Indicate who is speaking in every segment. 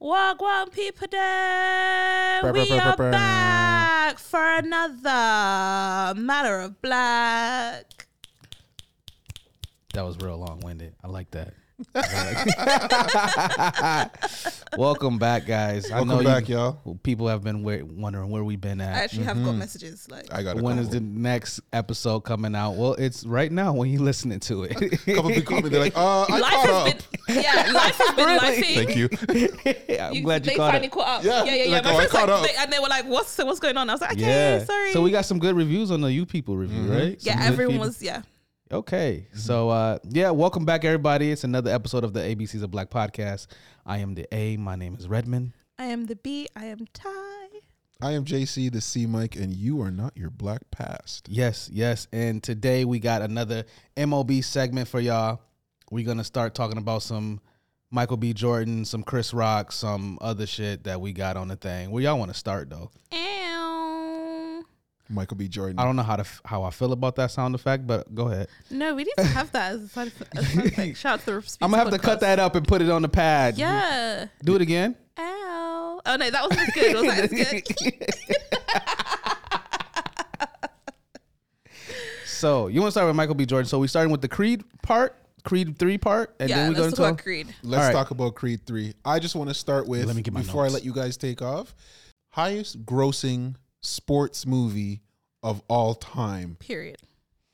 Speaker 1: Wagwan people day.
Speaker 2: Brr, brr,
Speaker 1: we
Speaker 2: brr, brr,
Speaker 1: are
Speaker 2: brr.
Speaker 1: back for another matter of black.
Speaker 2: That was real long winded. I like that. Welcome back, guys. I
Speaker 3: Welcome
Speaker 2: know
Speaker 3: back,
Speaker 2: you,
Speaker 3: y'all.
Speaker 2: People have been wa- wondering where we've been
Speaker 1: I
Speaker 2: at.
Speaker 1: actually have got messages like
Speaker 3: I got a
Speaker 2: When
Speaker 3: couple.
Speaker 2: is the next episode coming out? Well, it's right now when you're listening to it.
Speaker 3: couple people called me. They're like, uh, I
Speaker 1: life
Speaker 3: caught
Speaker 1: has
Speaker 3: up.
Speaker 1: been yeah, life has been
Speaker 2: Really?
Speaker 1: lifing.
Speaker 3: Thank you.
Speaker 2: I'm
Speaker 1: You-
Speaker 2: glad you
Speaker 1: they
Speaker 2: caught
Speaker 1: finally
Speaker 2: it.
Speaker 1: caught up. Yeah,
Speaker 3: Yeah,
Speaker 1: yeah, yeah.
Speaker 3: like,
Speaker 1: My
Speaker 3: oh, I
Speaker 1: friends,
Speaker 3: caught
Speaker 1: like,
Speaker 3: up.
Speaker 1: they- and they were like, "What's what's going on?" I was like, "Okay,
Speaker 2: Yeah.
Speaker 1: sorry."
Speaker 2: So we got some good reviews on the you people review,
Speaker 3: Mm-hmm.
Speaker 2: right? Some
Speaker 1: yeah,
Speaker 2: good
Speaker 1: everyone
Speaker 2: people-
Speaker 1: was yeah.
Speaker 2: Okay. So uh yeah, welcome back everybody. It's another episode of the ABCs of Black podcast. I am the A. My name is Redmond.
Speaker 1: I am the B. I am Ty.
Speaker 3: I am JC, the C Mike, and you are not your black past.
Speaker 2: Yes, yes. And today we got another MOB segment for y'all. We're gonna start talking about some Michael B. Jordan, some Chris Rock, some other shit that we got on the thing. Where y'all want to start though?
Speaker 1: Ow.
Speaker 3: Michael B. Jordan.
Speaker 2: I don't know how to f- how I feel about that sound effect, but go ahead.
Speaker 1: No, we need to have that as a side effect. as a side effect. Shout out to the Speaks
Speaker 2: I'm gonna have to cut
Speaker 1: podcast.
Speaker 2: that up and put it on the pad.
Speaker 1: Yeah.
Speaker 2: Do it again.
Speaker 1: Ow. Oh no, that wasn't as good. Was that as good?
Speaker 2: so you want to start with Michael B. Jordan? So we starting with the Creed part, Creed three part, and
Speaker 1: yeah,
Speaker 2: then we go
Speaker 1: let's
Speaker 2: into
Speaker 1: talk about Creed.
Speaker 3: Let's
Speaker 2: All right.
Speaker 3: talk about Creed 3. I just want to start with,
Speaker 2: Let me get my
Speaker 3: before
Speaker 2: notes.
Speaker 3: I let you guys take off, highest grossing sports movie of all time,
Speaker 1: Period.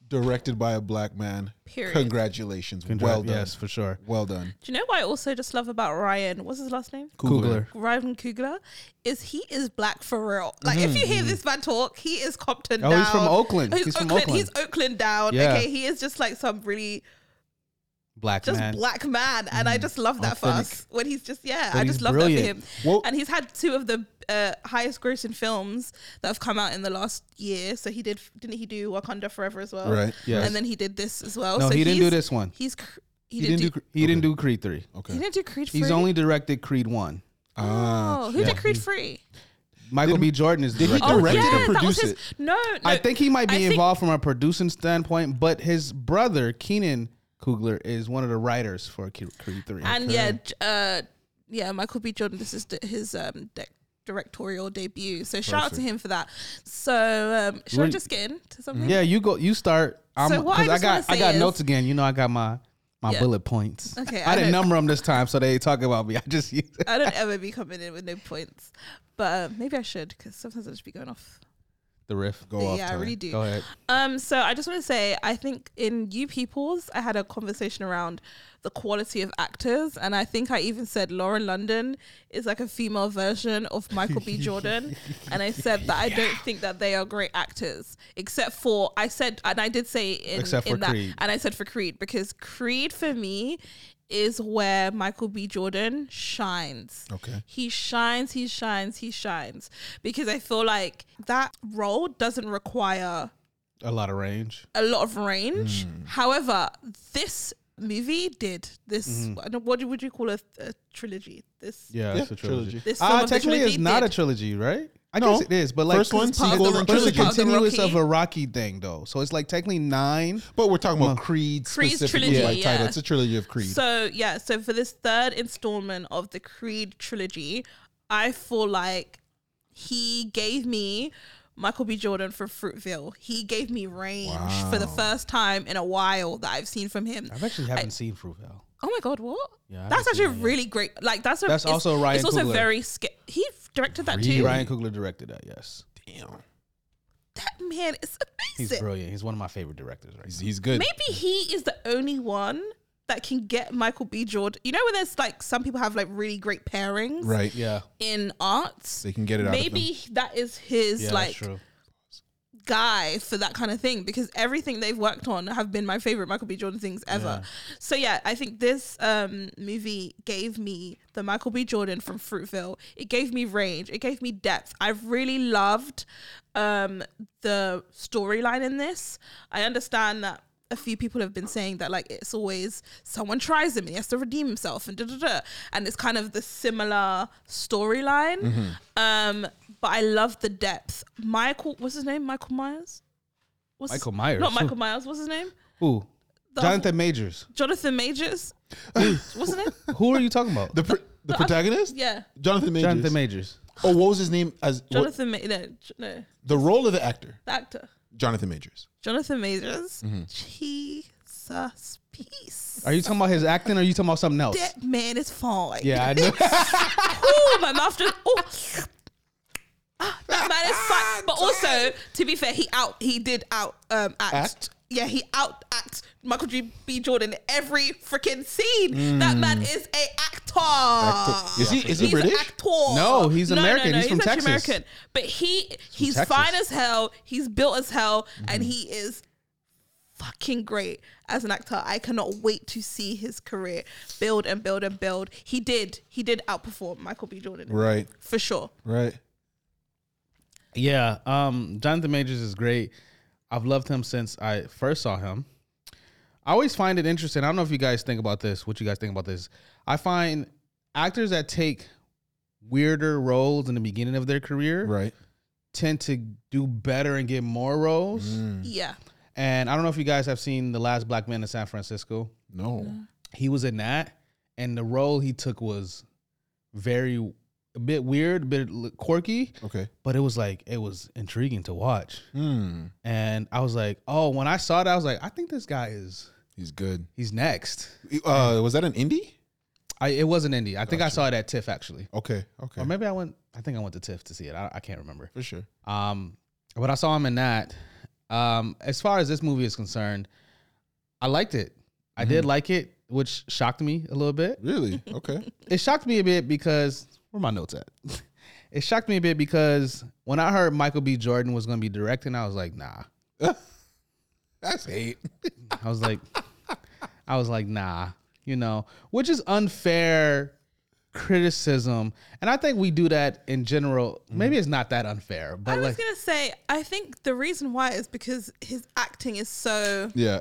Speaker 3: directed by a black man.
Speaker 1: Period.
Speaker 3: Congratulations. well
Speaker 2: well
Speaker 3: done.
Speaker 2: yes, for sure.
Speaker 3: Well done.
Speaker 1: Do you know what I also just love about Ryan? What's his last name?
Speaker 2: Coogler.
Speaker 1: Ryan Coogler is he is black for real. Like if you hear this man talk, he is Compton
Speaker 2: Mm-hmm. Oh,
Speaker 1: down.
Speaker 2: he's from Oakland.
Speaker 1: He's,
Speaker 2: He's from
Speaker 1: Oakland.
Speaker 2: Oakland.
Speaker 1: He's Oakland down.
Speaker 2: Yeah.
Speaker 1: Okay, he is just like some really
Speaker 2: Black
Speaker 1: just
Speaker 2: man.
Speaker 1: black man, and I just love that for us. When he's just yeah,
Speaker 2: But
Speaker 1: I
Speaker 2: he's
Speaker 1: just love that
Speaker 2: brilliant.
Speaker 1: for him.
Speaker 3: Well-
Speaker 1: and he's had two of the uh, highest grossing films that have come out in the last year. So he did didn't he do Wakanda Forever as well?
Speaker 3: Right,
Speaker 2: yes.
Speaker 1: And then he did this as well.
Speaker 2: No,
Speaker 1: so
Speaker 2: he didn't do
Speaker 1: he's-
Speaker 2: this one.
Speaker 1: He's cr- he,
Speaker 2: He
Speaker 1: didn't, do.
Speaker 2: didn't do. He didn't do Creed three.
Speaker 3: Okay.
Speaker 1: he didn't do Creed.
Speaker 2: He's
Speaker 1: Free?
Speaker 2: only directed Creed one.
Speaker 3: Ah.
Speaker 1: Oh, who did Creed Free? Oh,
Speaker 2: Michael B. Jordan is
Speaker 3: he
Speaker 2: directed.
Speaker 3: direct Directed
Speaker 1: yeah,
Speaker 3: and
Speaker 1: that was
Speaker 3: produced
Speaker 1: his.
Speaker 3: it.
Speaker 1: No, no,
Speaker 2: I think he might
Speaker 1: I
Speaker 2: be
Speaker 1: think-
Speaker 2: involved from a producing standpoint, but his brother Keenan Coogler is one of the writers for Creed three.
Speaker 1: And yeah, j- uh, yeah, Michael B. Jordan. This is d- his um de- directorial debut. So shout out to him for that. So um, should I
Speaker 2: Wait.
Speaker 1: just get into something?
Speaker 2: Yeah, you go. You start. I'm,
Speaker 1: So what I
Speaker 2: 'cause
Speaker 1: just wanna
Speaker 2: got. I
Speaker 1: say
Speaker 2: got
Speaker 1: is-
Speaker 2: notes again. You know, I got my my
Speaker 1: Yeah.
Speaker 2: bullet points.
Speaker 1: Okay,
Speaker 2: I,
Speaker 1: I
Speaker 2: didn't
Speaker 1: know.
Speaker 2: number them this time, so they ain't talking about me. I just used it.
Speaker 1: I don't ever be coming in with no points, but uh, maybe I should because sometimes I just be going off.
Speaker 2: the riff.
Speaker 3: Go off.
Speaker 1: yeah, I
Speaker 3: Ty.
Speaker 1: really do.
Speaker 2: Go ahead.
Speaker 1: Um, so I just want to say, I think in You Peoples, I had a conversation around the quality of actors, and I think I even said Lauren London is like a female version of Michael B. Jordan, and I said that I don't think that they are great actors, except for I said, and I did say in,
Speaker 2: Except for
Speaker 1: in that,
Speaker 2: Creed.
Speaker 1: and I said for Creed because Creed for me is where Michael B. Jordan shines.
Speaker 3: Okay.
Speaker 1: He shines, he shines, he shines. Because I feel like that role doesn't require
Speaker 2: A lot of range.
Speaker 1: a lot of range.
Speaker 2: Hmm.
Speaker 1: However, this movie did this. I don't- What do- would you call a, a trilogy? This
Speaker 2: Hmm. Yeah,
Speaker 3: Yeah,
Speaker 2: it's a trilogy.
Speaker 3: trilogy.
Speaker 1: This film
Speaker 2: Uh,
Speaker 1: of the
Speaker 2: technically, it's
Speaker 1: trilogy
Speaker 2: not a
Speaker 1: did.
Speaker 2: trilogy, right? I
Speaker 3: No.
Speaker 2: guess it is, but like
Speaker 3: First one,
Speaker 1: It's part of the
Speaker 3: sequel, and
Speaker 2: But it's a
Speaker 1: trilogy. Part of
Speaker 3: trilogy.
Speaker 1: the
Speaker 2: continuous
Speaker 1: Rocky.
Speaker 2: of a Rocky thing, though. So it's like technically nine.
Speaker 3: But we're talking about Creed
Speaker 1: Creed's
Speaker 3: specifically,
Speaker 1: trilogy,
Speaker 3: like title.
Speaker 1: yeah.
Speaker 3: It's a trilogy of Creed.
Speaker 1: So yeah, so for this third installment of the Creed trilogy, I feel like he gave me Michael B. Jordan for Fruitville. He gave me range for the first time in a while that I've seen from him.
Speaker 2: I've actually haven't seen Fruitvale.
Speaker 1: Oh my god, what?
Speaker 2: Yeah, I
Speaker 1: that's
Speaker 2: haven't
Speaker 1: actually
Speaker 2: seen that
Speaker 1: really great. Like that's a,
Speaker 2: That's
Speaker 1: it's-
Speaker 2: also Ryan
Speaker 1: It's also
Speaker 2: Coogler.
Speaker 1: very sca- he directed that too.
Speaker 2: Ryan Coogler directed that. Yes,
Speaker 3: Damn.
Speaker 1: That man is
Speaker 2: he's
Speaker 1: amazing.
Speaker 2: brilliant. He's one of my favorite directors. Right.
Speaker 3: He's,
Speaker 2: now.
Speaker 3: he's good.
Speaker 1: Maybe he is the only one that can get Michael B. Jordan. You know when there's like some people have like really great pairings
Speaker 3: Right.
Speaker 2: Yeah,
Speaker 1: in arts.
Speaker 3: They can get it out of them.
Speaker 1: Maybe that is his
Speaker 2: yeah, that's
Speaker 1: like
Speaker 2: true.
Speaker 1: guy for that kind of thing because everything they've worked on have been my favorite Michael B. Jordan things ever. So yeah, I think this um, movie gave me the Michael B. Jordan from Fruitville. It gave me range. It gave me depth. I've really loved um, the storyline in this. I understand that a few people have been saying that like it's always someone tries him and he has to redeem himself and da da da and it's kind of the similar storyline.
Speaker 2: Mm-hmm.
Speaker 1: Um, but I love the depth. Michael, what's his name? Michael Myers. What's
Speaker 2: Michael Myers?
Speaker 1: Not Michael Myers. What's his name?
Speaker 2: Who?
Speaker 1: The-
Speaker 2: Jonathan Majors.
Speaker 1: Jonathan Majors. what's his name?
Speaker 2: Who are you talking about?
Speaker 3: The pr- The
Speaker 1: No, I-
Speaker 3: protagonist?
Speaker 1: Yeah,
Speaker 3: Jonathan Majors.
Speaker 2: Jonathan Majors.
Speaker 3: Oh, what was his name as what-
Speaker 1: Jonathan. Ma- no, J- no,
Speaker 3: the role of the actor?
Speaker 1: the actor.
Speaker 3: Jonathan Majors.
Speaker 1: Jonathan Majors.
Speaker 2: Mm-hmm.
Speaker 1: Jesus, peace.
Speaker 2: Are you talking about his acting or are you talking about something else?
Speaker 1: That man is fine.
Speaker 2: Yeah, I know.
Speaker 1: Ooh, Oh, my mouth just. Ooh. Ah, that man is fine.
Speaker 3: Ah,
Speaker 1: But also, to be fair, he out. He did out um, act.
Speaker 3: Act?
Speaker 1: Yeah, he out act Michael G. B. Jordan in every freaking scene. That man is a actor.
Speaker 3: Hmm. Actor. Is he- is he
Speaker 1: He's an
Speaker 3: British?
Speaker 1: Actor.
Speaker 2: No, he's American. He's from
Speaker 1: actually
Speaker 2: Texas.
Speaker 1: American. But he he's
Speaker 2: Texas. Mm-hmm.
Speaker 1: fine as hell. He's built as hell, and he is fucking great as an actor. I cannot wait to see his career build and build and build. He did. He did outperform Michael B. Jordan
Speaker 3: Right.
Speaker 1: for sure.
Speaker 3: Right.
Speaker 2: Yeah, um, Jonathan Majors is great. I've loved him since I first saw him. I always find it interesting. I don't know if you guys think about this. What you guys think about this? I find actors that take weirder roles in the beginning of their career
Speaker 3: Right.
Speaker 2: tend to do better and get more roles.
Speaker 3: Mm-hmm. Mm,
Speaker 1: Yeah.
Speaker 2: And I don't know if you guys have seen The Last Black Man in San Francisco.
Speaker 3: No.
Speaker 2: He was in that, and the role he took was very a bit weird, a bit quirky,
Speaker 3: Okay.
Speaker 2: but it was like it was intriguing to watch.
Speaker 3: Hmm.
Speaker 2: and I was like, oh, when I saw that, I was like, I think this guy is
Speaker 3: He's good.
Speaker 2: he's next.
Speaker 3: Uh, was that an indie?
Speaker 2: I it wasn't indie. I think I saw it at TIFF actually,
Speaker 3: Okay. Okay.
Speaker 2: or maybe I went. I think I went to TIFF to see it. I, I can't remember.
Speaker 3: For sure.
Speaker 2: Um, but I saw him in that. Um, as far as this movie is concerned, I liked it. I did like it, which shocked me a little bit.
Speaker 3: Really? Okay.
Speaker 2: It shocked me a bit because where my notes at? it shocked me a bit because when I heard Michael B. Jordan was going to be directing, I was like, nah.
Speaker 3: That's hate.
Speaker 2: I was like, I was like, nah, you know, which is unfair criticism, and I think we do that in general. Maybe it's not that unfair,
Speaker 1: I
Speaker 2: but
Speaker 1: was
Speaker 2: like,
Speaker 1: gonna say, I think the reason why is because his acting is so
Speaker 3: Yeah.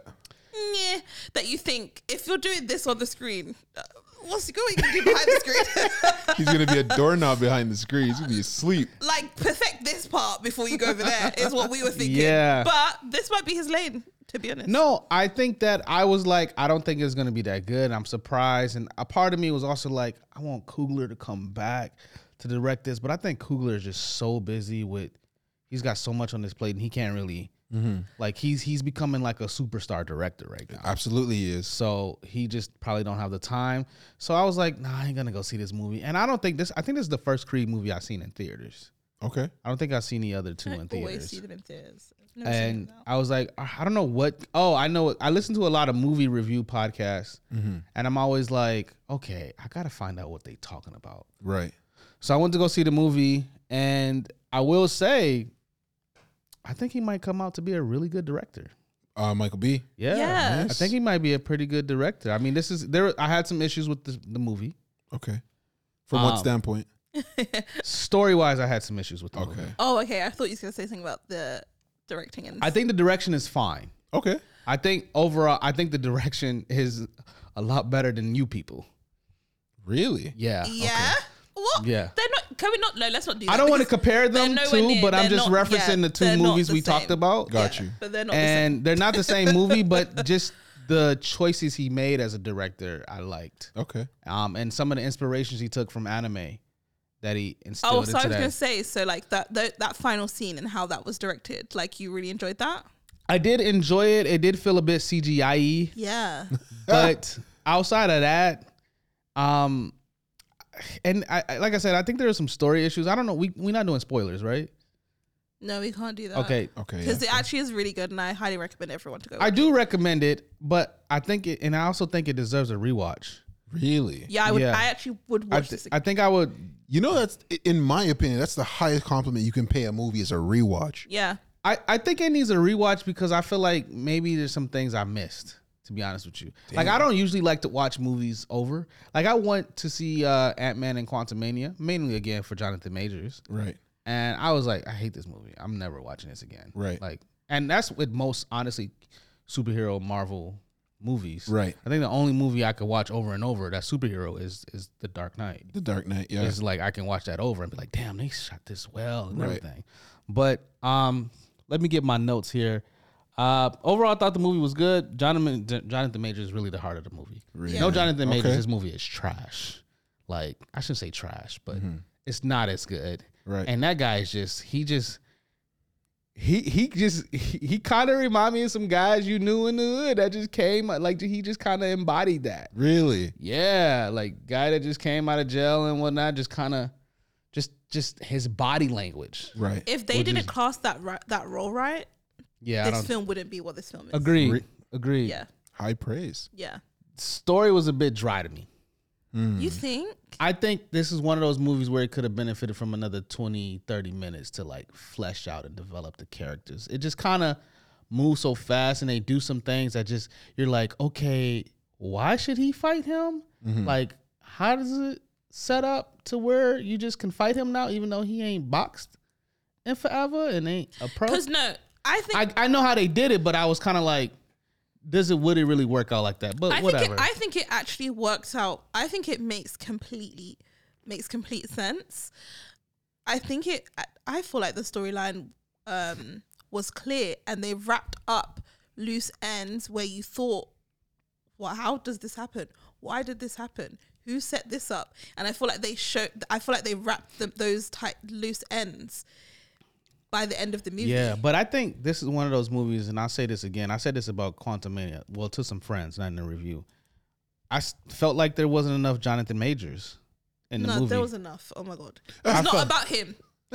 Speaker 1: meh, that you think if you're doing this on the screen, uh, what's going to do behind the screen?
Speaker 3: He's gonna be a doorknob behind the screen. He's gonna be asleep.
Speaker 1: like perfect this part before you go over there is what we were thinking.
Speaker 2: Yeah.
Speaker 1: But this might be his lane, to be honest.
Speaker 2: no, I think that I was like, I don't think it's gonna be that good. I'm surprised, and a part of me was also like, I want Coogler to come back to direct this, but I think Coogler is just so busy with, he's got so much on his plate, and he can't really. Like he's he's becoming like a superstar director right now.
Speaker 3: Absolutely he is.
Speaker 2: So he just probably don't have the time. So I was like, nah, I ain't gonna go see this movie. And I don't think this. I think this is the first Creed movie I've seen in theaters.
Speaker 3: Okay.
Speaker 2: I don't think I've seen the other two
Speaker 1: I
Speaker 2: in
Speaker 1: always see
Speaker 2: theaters.
Speaker 1: them in theaters. I've never seen
Speaker 2: And
Speaker 1: them now.
Speaker 2: I was like, I I don't know what. Oh, I know. I listen to a lot of movie review podcasts, and I'm always like, okay, I gotta find out what they talking about.
Speaker 3: Right.
Speaker 2: So I went to go see the movie, and I will say, I think he might come out to be a really good director.
Speaker 3: Uh, Michael B.
Speaker 2: Yeah,
Speaker 1: Yeah.
Speaker 2: I think he might be a pretty good director. I mean, this is there. I had some issues with the, the movie.
Speaker 3: Okay. From what
Speaker 2: Um,
Speaker 3: standpoint?
Speaker 2: Story wise, I had some issues with the
Speaker 3: Okay.
Speaker 2: movie.
Speaker 1: Oh, okay. I thought you were gonna say something about the directing and
Speaker 2: I think the direction is fine.
Speaker 3: Okay.
Speaker 2: I think overall, I think the direction is a lot better than you people.
Speaker 3: Really?
Speaker 2: Yeah,
Speaker 1: yeah. What?
Speaker 2: Yeah.
Speaker 1: They're not. Can we not? No, let's not do. That
Speaker 2: I don't want to
Speaker 1: because
Speaker 2: compare them
Speaker 1: they're nowhere
Speaker 2: to,
Speaker 1: near-
Speaker 2: but I'm
Speaker 1: they're
Speaker 2: just
Speaker 1: not- yeah,
Speaker 2: referencing the two
Speaker 1: they're not
Speaker 2: movies
Speaker 1: the
Speaker 2: we
Speaker 1: same.
Speaker 2: talked about.
Speaker 3: Got you.
Speaker 1: But they're not. the
Speaker 2: And they're not the same movie, but just the choices he made as a director, I liked.
Speaker 3: Okay.
Speaker 2: Um, and some of the inspirations he took from anime that he
Speaker 1: same. Oh,
Speaker 2: instilled
Speaker 1: so I was
Speaker 2: into
Speaker 1: gonna
Speaker 2: that.
Speaker 1: say. So like that, that that final scene and how that was directed. Like you really enjoyed that.
Speaker 2: I did enjoy it. It did feel a bit CGI-y.
Speaker 1: Yeah.
Speaker 2: but outside of that, um, and I, I like I said, I think there are some story issues. I don't know. We we're not doing spoilers, right?
Speaker 1: No, we can't do that.
Speaker 2: Okay.
Speaker 3: Okay.
Speaker 1: Because
Speaker 3: yeah.
Speaker 1: it actually is really good, and I highly recommend everyone to go.
Speaker 2: I do recommend it, but I think it, and I also think it deserves a rewatch.
Speaker 3: Really?
Speaker 1: yeah, I would.
Speaker 2: yeah.
Speaker 1: I actually would
Speaker 2: I,
Speaker 1: watch
Speaker 2: th-
Speaker 1: this.
Speaker 2: I
Speaker 1: Again.
Speaker 2: think I would.
Speaker 3: You know that's in my opinion, that's the highest compliment you can pay a movie is a rewatch.
Speaker 1: yeah.
Speaker 2: I, I think it needs a rewatch because I feel like maybe there's some things I missed. To be honest with you, like I don't usually like to watch movies over. Like I went to see uh, Ant Man and Quantumania mainly again for Jonathan Majors.
Speaker 3: Right.
Speaker 2: And I was like, I hate this movie. I'm never watching this again.
Speaker 3: Right.
Speaker 2: Like, and that's with most honestly superhero Marvel movies.
Speaker 3: Right.
Speaker 2: I think the only movie I could watch over and over that superhero is is The Dark Knight.
Speaker 3: The Dark Knight, yeah.
Speaker 2: It's like I can watch that over and be like, damn, they shot this well and
Speaker 3: Right.
Speaker 2: everything. But um, let me get my notes here. Uh, overall, I thought the movie was good. Jonathan Jonathan Majors is really the heart of the movie.
Speaker 3: Really?
Speaker 2: No Jonathan Majors,
Speaker 3: Okay.
Speaker 2: this movie is trash. like I shouldn't say trash, but it's not as good.
Speaker 3: Mm-hmm. Right.
Speaker 2: And that guy is just he just he he just he, he kind of remind me of some guys you knew in the hood that just came like he just kind of embodied that.
Speaker 3: really?
Speaker 2: Yeah, like guy that just came out of jail and whatnot, just kind of just just his body language.
Speaker 3: Right.
Speaker 1: If they didn't cast that ri- that role right,
Speaker 2: Yeah, I
Speaker 1: this
Speaker 2: don't
Speaker 1: film wouldn't be what this film is.
Speaker 2: agree.
Speaker 3: Re-
Speaker 2: agree.
Speaker 1: Yeah,
Speaker 3: High praise.
Speaker 1: yeah.
Speaker 2: Story was a bit dry to me.
Speaker 1: You
Speaker 2: Mm.
Speaker 1: think?
Speaker 2: I think this is one of those movies where it could have benefited from another 20, 30 minutes to like flesh out and develop the characters. It just kind of moves so fast and they do some things that just, you're like, okay, why should he fight him? Like, how does it set up to where you just can fight him now, even though he ain't boxed in forever and ain't a pro?
Speaker 1: Because no, I think
Speaker 2: I, I know how they did it, but I was kind of like, does it, would it really work out like that? But
Speaker 1: I
Speaker 2: whatever.
Speaker 1: think it, I think it actually works out. I think it makes completely makes complete sense. I think it. I, I feel like the storyline um, was clear, and they wrapped up loose ends where you thought, "Well, how does this happen? Why did this happen? Who set this up?" And I feel like they showed. I feel like they wrapped the, those tight loose ends by the end of the movie.
Speaker 2: Yeah, but I think this is one of those movies, and I'll say this again. I said this about Quantum Mania, well, to some friends, not in the review. I s- felt like there wasn't enough Jonathan Majors in the
Speaker 1: no,
Speaker 2: movie.
Speaker 1: there was enough. Oh my god, it's
Speaker 2: I
Speaker 1: not
Speaker 2: felt-
Speaker 1: about him.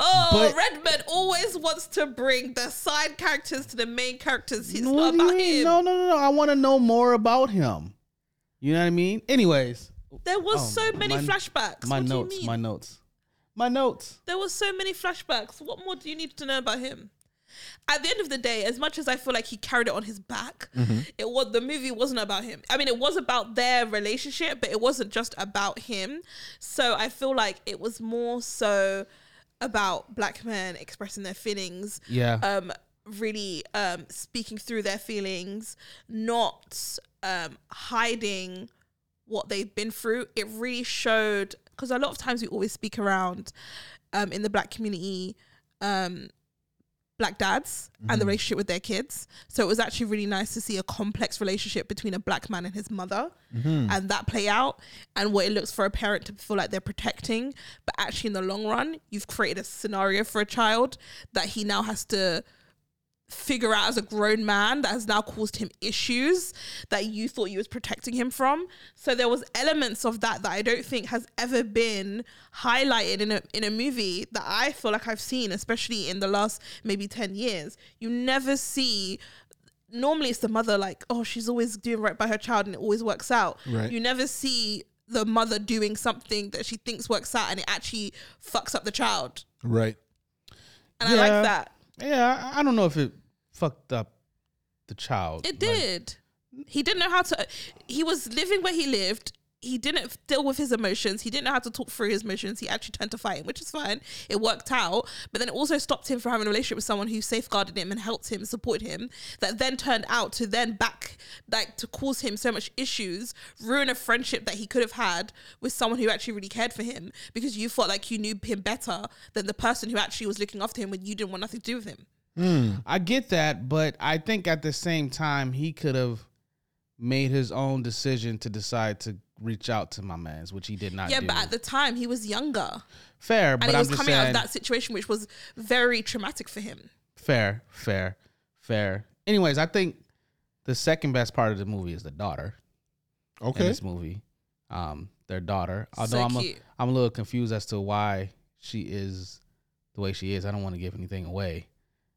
Speaker 1: Oh,
Speaker 2: But-
Speaker 1: Redman always wants to bring the side characters to the main characters. It's not
Speaker 2: What do you
Speaker 1: about
Speaker 2: mean?
Speaker 1: him.
Speaker 2: No, no, no, no. I want to know more about him. You know what I mean? Anyways,
Speaker 1: There was
Speaker 2: Oh,
Speaker 1: so many
Speaker 2: my-
Speaker 1: flashbacks.
Speaker 2: my
Speaker 1: what do you
Speaker 2: notes,
Speaker 1: mean?
Speaker 2: my notes, my notes.
Speaker 1: there was so many flashbacks. What more do you need to know about him? At the end of the day, as much as I feel like he carried it on his back, it was the movie wasn't about him. I mean, it was about their relationship, but it wasn't just about him. So I feel like it was more so about black men expressing their feelings,
Speaker 2: Yeah.
Speaker 1: um really um speaking through their feelings not um hiding what they've been through it really showed because a lot of times we always speak around um in the black community um black dads and the relationship with their kids so it was actually really nice to see a complex relationship between a black man and his mother and that play out and what it looks for a parent to feel like they're protecting but actually in the long run you've created a scenario for a child that he now has to figure out as a grown man that has now caused him issues that you thought you was protecting him from so there was elements of that that i don't think has ever been highlighted in a, in a movie that i feel like i've seen especially in the last maybe 10 years you never see normally it's the mother like oh she's always doing right by her child and it always works out
Speaker 3: Right.
Speaker 1: you never see the mother doing something that she thinks works out and it actually fucks up the child
Speaker 3: Right.
Speaker 1: and i
Speaker 2: Yeah.
Speaker 1: like that
Speaker 2: Yeah, I, I don't know if it fucked up the child.
Speaker 1: It
Speaker 2: Like,
Speaker 1: did. he didn't know how to. He was living where he lived. He didn't deal with his emotions. He didn't know how to talk through his emotions. He actually turned to fighting, which is fine. It worked out. But then it also stopped him from having a relationship with someone who safeguarded him and helped him, supported him, that then turned out to then back, like to cause him so much issues, ruin a friendship that he could have had with someone who actually really cared for him because you felt like you knew him better than the person who actually was looking after him when you didn't want nothing to do with him.
Speaker 3: Hmm.
Speaker 2: I get that, but I think at the same time he could have made his own decision to decide to reach out to my man's, which he did not.
Speaker 1: Yeah,
Speaker 2: do.
Speaker 1: but at the time he was younger.
Speaker 2: fair, but
Speaker 1: and he
Speaker 2: I'm
Speaker 1: was
Speaker 2: just
Speaker 1: coming out
Speaker 2: saying
Speaker 1: of that situation, which was very traumatic for him.
Speaker 2: fair, fair, fair. Anyways, I think the second best part of the movie is the daughter in
Speaker 3: Okay.
Speaker 2: this movie. Um, their daughter. Although I'm a,
Speaker 1: cute.
Speaker 2: I'm a little confused as to why she is the way she is. I don't want to give anything away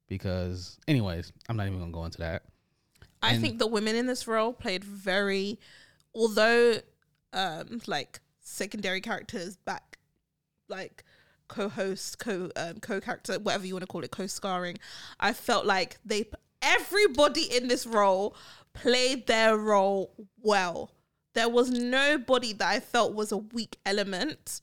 Speaker 2: because, anyways, I'm not even gonna go into that.
Speaker 1: I
Speaker 2: And-
Speaker 1: think the women in this role played very, although, um, like secondary characters back, like co-host, co um, co-character, whatever you want to call it, co-scarring. I felt like they everybody in this role played their role well. There was nobody that I felt was a weak element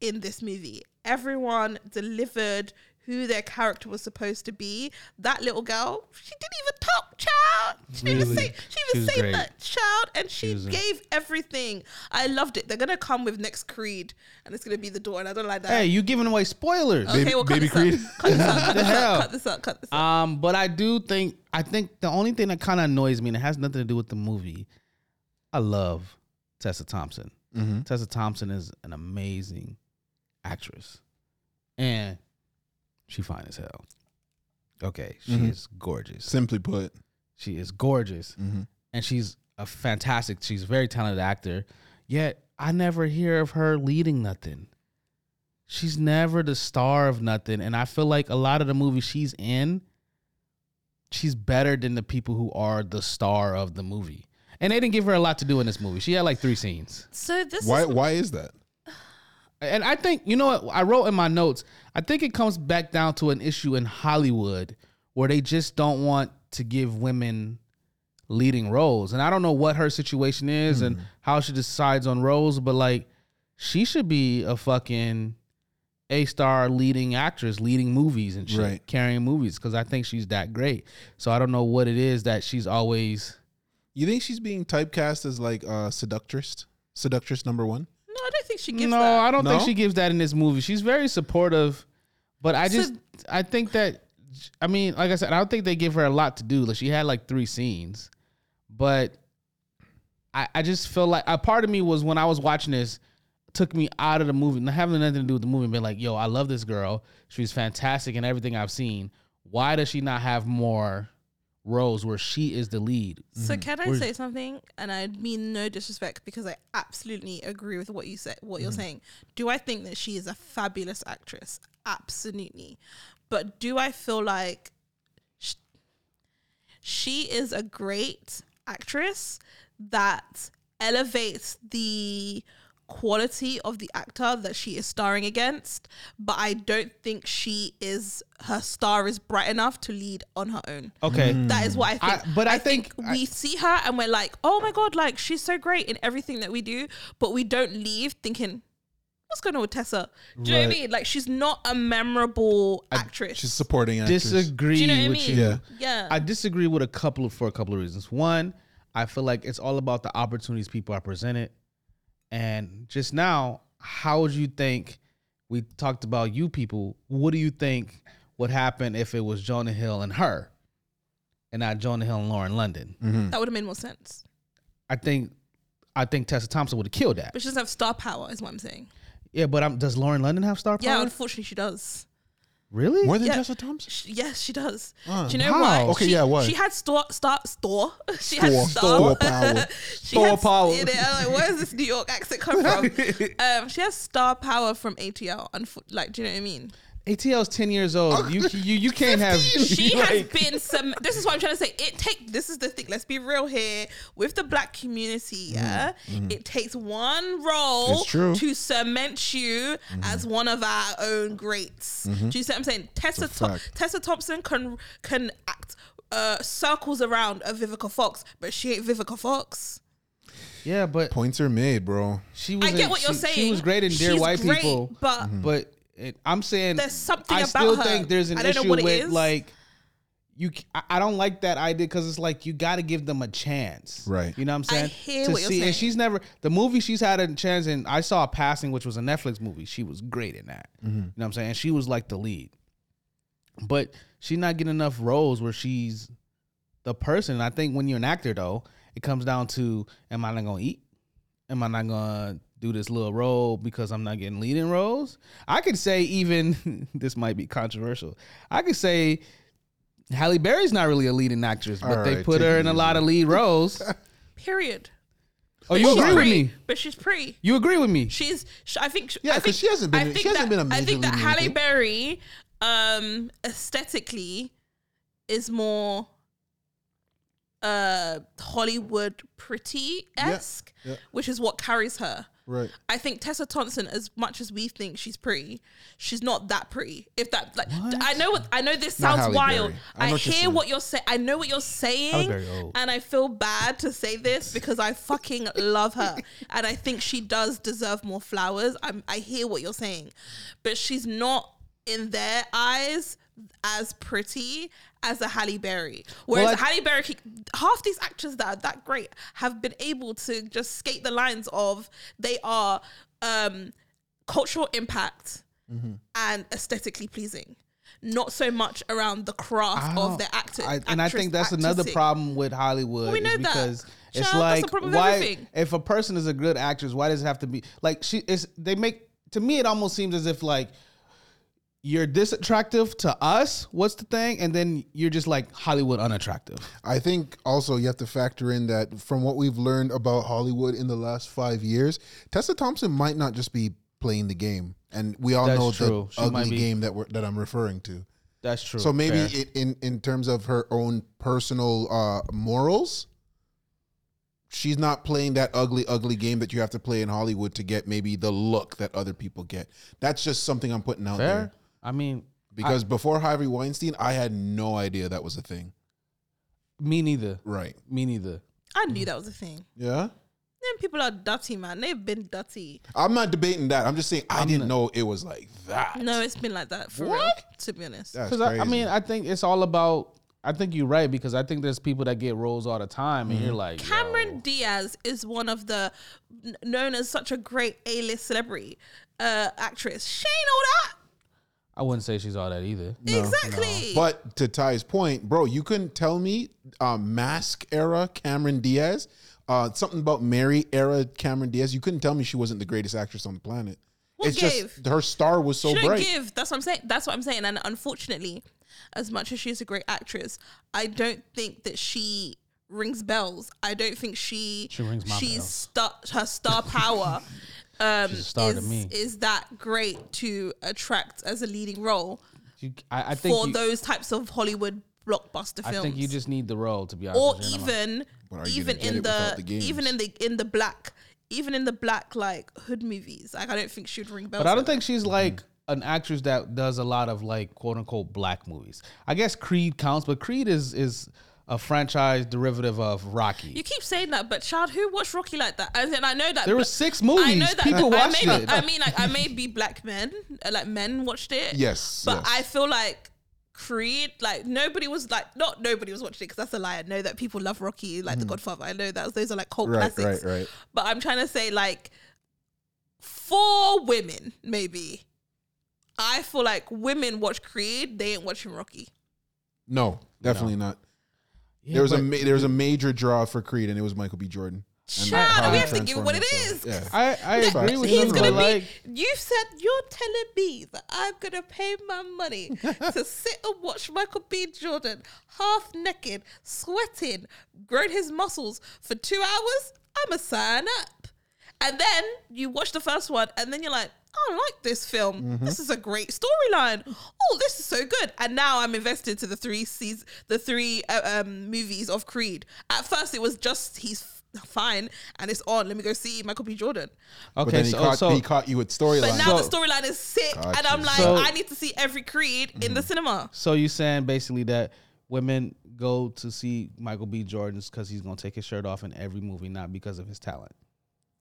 Speaker 1: in this movie. Everyone delivered who their character was supposed to be. That little girl, she didn't even talk, child. She didn't even
Speaker 2: Really?
Speaker 1: say she
Speaker 2: She
Speaker 1: even
Speaker 2: was
Speaker 1: say
Speaker 2: great.
Speaker 1: that child, and she
Speaker 2: was a-
Speaker 1: gave everything. I loved it. They're gonna come with next Creed, and it's gonna be the door, and I don't like that.
Speaker 2: Hey, you giving away spoilers?
Speaker 1: Uh, okay,
Speaker 3: baby-
Speaker 1: well, cut
Speaker 3: baby
Speaker 1: this
Speaker 3: Creed.
Speaker 1: up. Cut this up. Cut
Speaker 2: The
Speaker 1: this
Speaker 2: hell?
Speaker 1: up. Cut this up. Cut this up.
Speaker 2: Um, but I do think I think the only thing that kind of annoys me and it has nothing to do with the movie. I love Tessa Thompson.
Speaker 3: Mm-hmm.
Speaker 2: Tessa Thompson is an amazing actress, and she fine as hell. Okay, she
Speaker 3: Mhm.
Speaker 2: is gorgeous.
Speaker 3: Simply put,
Speaker 2: She is gorgeous,
Speaker 3: Mhm.
Speaker 2: and she's a fantastic. She's a very talented actor. Yet I never hear of her leading nothing. She's never the star of nothing, and I feel like a lot of the movies she's in, she's better than the people who are the star of the movie. And they didn't give her a lot to do in this movie. She had like three scenes.
Speaker 1: So this
Speaker 3: why
Speaker 1: is
Speaker 3: why is that?
Speaker 2: And I think you know what I wrote in my notes. I think it comes back down to an issue in Hollywood where they just don't want to give women leading roles. And I don't know what her situation is and how she decides on roles, but like she should be a fucking a star leading actress, leading movies and shit,
Speaker 3: Right.
Speaker 2: carrying movies because I think she's that great. So I don't know what it is that she's always.
Speaker 3: You think she's being typecast as like uh seductress? Seductress number one?
Speaker 1: no, I don't think she gives
Speaker 2: no,
Speaker 1: that.
Speaker 2: I don't think
Speaker 3: No?
Speaker 2: she gives that in this movie. She's very supportive, but I
Speaker 1: So-
Speaker 2: just I think that I mean, like I said, I don't think they give her a lot to do. Like she had like three scenes, but I I just feel like a part of me was when I was watching this took me out of the movie, not having nothing to do with the movie, and been like, yo, I love this girl. She's fantastic in everything I've seen. Why does she not have more roles where she is the lead?
Speaker 1: So can I
Speaker 2: Where's-
Speaker 1: say something? And I mean no disrespect because I absolutely agree with what you said, what you're saying. Do I think that she is a fabulous actress? Absolutely. But do I feel like sh- she is a great actress that elevates the quality of the actor that she is starring against, but I don't think she is her star is bright enough to lead on her own.
Speaker 2: Okay.
Speaker 1: That is what I think.
Speaker 2: Mm. I- but I think-
Speaker 1: we see her and we're like, oh my god, like she's so great in everything that we do, but we don't leave thinking, what's going on with Tessa? Do you know what
Speaker 3: Right.
Speaker 1: I mean? Like she's not a memorable actress.
Speaker 3: She's supporting actress.
Speaker 2: Disagree
Speaker 1: do you know what I
Speaker 2: with
Speaker 1: mean?
Speaker 2: you.
Speaker 3: Yeah.
Speaker 1: yeah.
Speaker 2: I disagree with a couple of, for a couple of reasons. One, I feel like it's all about the opportunities people are presented. And just now, how would you think we talked about you people? What do you think would happen if it was Jonah Hill and her, and not Jonah Hill and Lauren London?
Speaker 1: that would have made more sense.
Speaker 2: I think, I think Tessa Thompson would have killed that.
Speaker 1: But she doesn't have star power, is what I'm saying.
Speaker 2: Yeah, but i does Lauren London have star power?
Speaker 1: Yeah, unfortunately, she does.
Speaker 2: really?
Speaker 3: More than
Speaker 1: Yeah.
Speaker 3: Jessica Thompson?
Speaker 1: She, yes, she does.
Speaker 3: Uh,
Speaker 1: do you know
Speaker 2: how?
Speaker 1: why?
Speaker 3: Okay,
Speaker 1: She-
Speaker 3: yeah, why?
Speaker 1: She had store, star, store. She had
Speaker 3: Store.
Speaker 1: star,
Speaker 3: Store power.
Speaker 1: she
Speaker 2: Store
Speaker 1: had,
Speaker 2: power.
Speaker 1: You know, I'm like, where does this New York accent come from? um, she has star power from ATL. Unfo- like, do you know what I mean?
Speaker 2: ATL's ten years old. you you you can't have.
Speaker 1: she has
Speaker 2: like-
Speaker 1: been some this is what i'm trying to say it take this is the thing let's be real here with the black
Speaker 2: Mm,
Speaker 1: community yeah
Speaker 2: mm-hmm.
Speaker 1: it takes one role
Speaker 3: It's true.
Speaker 1: to cement you
Speaker 2: Mm-hmm.
Speaker 1: as one of our own greats do you see what i'm saying tessa
Speaker 3: It's a
Speaker 1: Thom-
Speaker 3: fact.
Speaker 1: tessa thompson can can act uh, circles around a Vivica Fox, but she ain't Vivica Fox.
Speaker 2: Yeah, but
Speaker 3: Points are made, bro.
Speaker 2: she was.
Speaker 1: I get
Speaker 2: in-
Speaker 1: what you're
Speaker 2: she-
Speaker 1: saying.
Speaker 2: She was great in Dear
Speaker 1: She's
Speaker 2: White
Speaker 1: great,
Speaker 2: People. Mm-hmm.
Speaker 1: but
Speaker 2: but it, I'm saying
Speaker 1: There's something
Speaker 2: I
Speaker 1: about
Speaker 2: still
Speaker 1: her.
Speaker 2: think there's an
Speaker 1: I don't know
Speaker 2: issue
Speaker 1: what it
Speaker 2: with
Speaker 1: is.
Speaker 2: like you. c- I I don't like that idea because it's like you got to give them a chance,
Speaker 3: Right.
Speaker 2: You know what I'm
Speaker 1: I
Speaker 2: saying?
Speaker 1: hear what you're saying.
Speaker 2: And she's never the movie she's had a chance in. I saw Passing, which was a Netflix movie. She was great in that. You know what I'm saying? And she was like the lead, but she's not getting enough roles where she's the person. And I think when you're an actor, though, it comes down to am I not gonna eat? Am I not gonna do this little role because I'm not getting leading roles? I could say even this might be controversial. I could say Halle Berry's not really a leading actress, but
Speaker 3: All
Speaker 2: they
Speaker 3: right,
Speaker 2: put
Speaker 3: take
Speaker 2: her
Speaker 3: it
Speaker 2: in a
Speaker 3: easy.
Speaker 2: lot of lead roles.
Speaker 1: period.
Speaker 2: oh, you
Speaker 1: She's
Speaker 2: agree with
Speaker 1: pretty,
Speaker 2: me?
Speaker 1: But she's pretty.
Speaker 2: You agree with me?
Speaker 1: She's. Sh I think. sh-
Speaker 3: Yeah,
Speaker 1: I
Speaker 3: 'cause
Speaker 1: think-
Speaker 3: she hasn't been-
Speaker 1: I
Speaker 3: she
Speaker 1: think
Speaker 3: hasn't
Speaker 1: that,
Speaker 3: been a
Speaker 1: I
Speaker 3: major
Speaker 1: think that
Speaker 3: leading
Speaker 1: Halle
Speaker 3: actor.
Speaker 1: Berry, um, aesthetically, is more uh Hollywood pretty esque,
Speaker 3: yeah.
Speaker 1: which is what carries her.
Speaker 3: Right.
Speaker 1: I think Tessa Thompson, as much as we think she's pretty, she's not that pretty. If that, like, I know what I know. This
Speaker 3: Not
Speaker 1: sounds
Speaker 3: Halle
Speaker 1: wild.
Speaker 3: Berry. I
Speaker 1: I,
Speaker 3: know what you're
Speaker 1: hear
Speaker 3: saying. oh.
Speaker 1: what you're saying. I know what you're saying,
Speaker 2: Berry old.
Speaker 1: and I feel bad to say this because I fucking love her, and I think she does deserve more flowers. I'm, I hear what you're saying, but she's not in their eyes as pretty as a Halle Berry. Whereas
Speaker 2: Well, I-
Speaker 1: Halle Berry, half these actors that are that great have been able to just skate the lines of they are um, cultural impact
Speaker 2: Mm-hmm.
Speaker 1: and aesthetically pleasing. Not so much around the craft
Speaker 2: I
Speaker 1: of
Speaker 2: don't-
Speaker 1: their actor,
Speaker 2: Ah, I- and I think that's another
Speaker 1: actressing.
Speaker 2: problem with Hollywood
Speaker 1: we know
Speaker 2: is
Speaker 1: that.
Speaker 2: because it's
Speaker 1: Child, that's
Speaker 2: like
Speaker 1: the problem with
Speaker 2: why
Speaker 1: everything.
Speaker 2: if a person is a good actress, why does it have to be like she is? They make to me it almost seems as if like you're this attractive to us. What's the thing? And then you're just like Hollywood unattractive.
Speaker 3: I think also you have to factor in that from what we've learned about Hollywood in the last five years, Tessa Thompson might not just be playing the game, and we all
Speaker 2: That's
Speaker 3: know
Speaker 2: true. She
Speaker 3: the
Speaker 2: might
Speaker 3: ugly
Speaker 2: be-
Speaker 3: game that we're, that I'm referring to.
Speaker 2: That's true.
Speaker 3: So maybe it, in in terms of her own personal uh, morals, she's not playing that ugly, ugly game that you have to play in Hollywood to get maybe the look that other people get. That's just something I'm putting out there.
Speaker 2: fair. I mean,
Speaker 3: Because before Harvey Weinstein, I had no idea that was a thing.
Speaker 2: me neither.
Speaker 3: Right.
Speaker 2: Me neither.
Speaker 1: I knew that was a thing.
Speaker 3: Yeah.
Speaker 1: Them people are dirty, man. They've been dirty.
Speaker 3: I'm not debating that. I'm just saying I didn't know it was like that.
Speaker 1: No, it's been like that for real.
Speaker 2: What?
Speaker 1: To be honest,
Speaker 3: That's
Speaker 2: Because I, I
Speaker 3: crazy.
Speaker 2: mean, I think it's all about. I think you're right because I think there's people that get roles all the time, and you're
Speaker 3: Mm-hmm.
Speaker 2: like
Speaker 1: Cameron
Speaker 2: yo.
Speaker 1: Diaz is one of the n- known as such a great A-list celebrity uh, actress. She ain't
Speaker 2: I wouldn't say she's all that
Speaker 1: all
Speaker 2: either.
Speaker 1: that. exactly.
Speaker 3: But to Ty's point, bro, you couldn't tell me uh, Mask era Cameron Diaz, uh, something about Mary era Cameron Diaz. You couldn't tell me she wasn't the greatest actress on the planet.
Speaker 1: What
Speaker 3: it's
Speaker 1: gave?
Speaker 3: just her star was so
Speaker 1: she didn't
Speaker 3: bright.
Speaker 1: give. That's what I'm saying. That's what I'm saying. And unfortunately, as much as she's a great actress, I don't think that she rings bells. I don't think she
Speaker 2: She rings my
Speaker 1: she's
Speaker 2: bells.
Speaker 1: star, her star power. Um,
Speaker 2: a star
Speaker 1: is,
Speaker 2: to me.
Speaker 1: is that great to attract as a leading role
Speaker 2: You, I, I think
Speaker 1: for
Speaker 2: you,
Speaker 1: those types of Hollywood blockbuster
Speaker 2: I
Speaker 1: films?
Speaker 2: think you just need the role to be honest.
Speaker 1: or
Speaker 2: with you. And I'm like,
Speaker 1: even
Speaker 3: But are you
Speaker 1: even
Speaker 3: gonna get
Speaker 1: in
Speaker 3: it without
Speaker 1: the,
Speaker 3: the games?
Speaker 1: even in the in the black even in the black like hood movies like i don't think she would ring bells
Speaker 2: but I don't
Speaker 1: with
Speaker 2: think
Speaker 3: Mm-hmm.
Speaker 2: she's like an actress that does a lot of like quote unquote black movies. I guess Creed counts, but Creed is is a franchise derivative of Rocky.
Speaker 1: you keep saying that but child who watched rocky like that and then i know that
Speaker 2: there were
Speaker 1: but-
Speaker 2: six movies. people
Speaker 1: I
Speaker 2: watched
Speaker 1: may
Speaker 2: it.
Speaker 1: Be, I mean, like I may be black men, uh, like men watched it.
Speaker 3: Yes,
Speaker 1: but
Speaker 3: yes.
Speaker 1: I feel like Creed, like nobody was like not nobody was watching it because that's a lie. I know that people love Rocky, like The Godfather. I know that those are like cult
Speaker 3: Hmm. Right,
Speaker 1: classics.
Speaker 3: right, right.
Speaker 1: But I'm trying to say like for women, maybe. I feel like women watch Creed, they ain't watching Rocky.
Speaker 3: No, definitely not.
Speaker 2: Yeah,
Speaker 3: There was a
Speaker 2: but
Speaker 3: ma- there was a major draw for Creed, and it was Michael B. Jordan. And
Speaker 1: Child,
Speaker 3: how
Speaker 1: we
Speaker 3: he
Speaker 1: have to give it what it
Speaker 3: transformed
Speaker 1: is.
Speaker 3: himself. Yeah.
Speaker 2: I I
Speaker 1: That
Speaker 2: agree with
Speaker 1: he's
Speaker 2: you,
Speaker 1: gonna
Speaker 2: but
Speaker 1: be.
Speaker 2: like
Speaker 1: you said you're telling me that I'm gonna pay my money to sit and watch Michael B. Jordan half naked, sweating, growing his muscles for two hours. I'ma sign up. And then you watch the first one, and then you're like, I don't like this film.
Speaker 2: Mm-hmm.
Speaker 1: This is a great storyline. Oh, this is so good. And now I'm invested to the three seas, the three uh, um, movies of Creed. At first, it was just he's f- fine and it's on. Let me go see Michael B. Jordan.
Speaker 3: But
Speaker 2: okay,
Speaker 3: then he,
Speaker 2: so,
Speaker 3: caught,
Speaker 2: so
Speaker 3: he caught you with
Speaker 1: But
Speaker 3: storyline.
Speaker 1: now
Speaker 2: So-
Speaker 1: the storyline is sick, and I'm like,
Speaker 2: So-
Speaker 1: I need to see every Creed in
Speaker 2: Mm-hmm.
Speaker 1: the cinema.
Speaker 2: So you saying basically that women go to see Michael B. Jordan's because he's gonna take his shirt off in every movie, not because of his talent.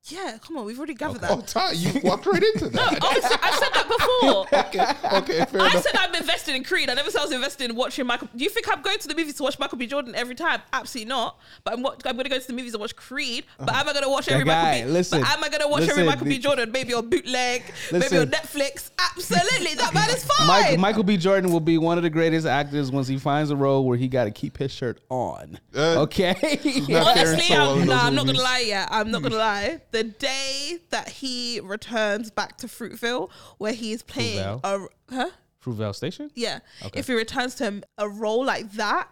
Speaker 1: Yeah, come on, we've already gathered
Speaker 3: Oh,
Speaker 1: that.
Speaker 3: Ty, you walked right into that.
Speaker 1: Obviously, I've said that before.
Speaker 3: okay, okay, fair
Speaker 1: I
Speaker 3: enough.
Speaker 1: said I'm invested in Creed. I never said I was invested in watching Michael. Do you think I'm going to the movies to watch Michael B. Jordan every time? Absolutely not. But I'm, wa- I'm going to go to the movies and watch Creed. But am I going to watch every
Speaker 2: Uh-huh. guy,
Speaker 1: Michael B.
Speaker 2: listen,
Speaker 1: but am I going to watch
Speaker 2: listen,
Speaker 1: every Michael
Speaker 2: the-
Speaker 1: B. Jordan? Maybe on bootleg, maybe on
Speaker 2: Listen.
Speaker 1: Netflix. Absolutely, that man is
Speaker 2: Mike,
Speaker 1: fine.
Speaker 2: Michael B. Jordan will be one of the greatest actors once he finds a role where he got to keep his shirt on.
Speaker 3: Uh,
Speaker 2: okay.
Speaker 1: Honestly,
Speaker 3: not- Terrence Howell
Speaker 1: I'm, nah,
Speaker 3: in those
Speaker 1: I'm
Speaker 3: Hmm.
Speaker 1: not gonna
Speaker 3: movies.
Speaker 1: lie. Yeah, I'm not gonna lie. The day that he returns back to Fruitville, where he is playing
Speaker 2: Fruitvale?
Speaker 1: a huh,
Speaker 2: Fruitvale Station.
Speaker 1: yeah, if he returns to him a role like that,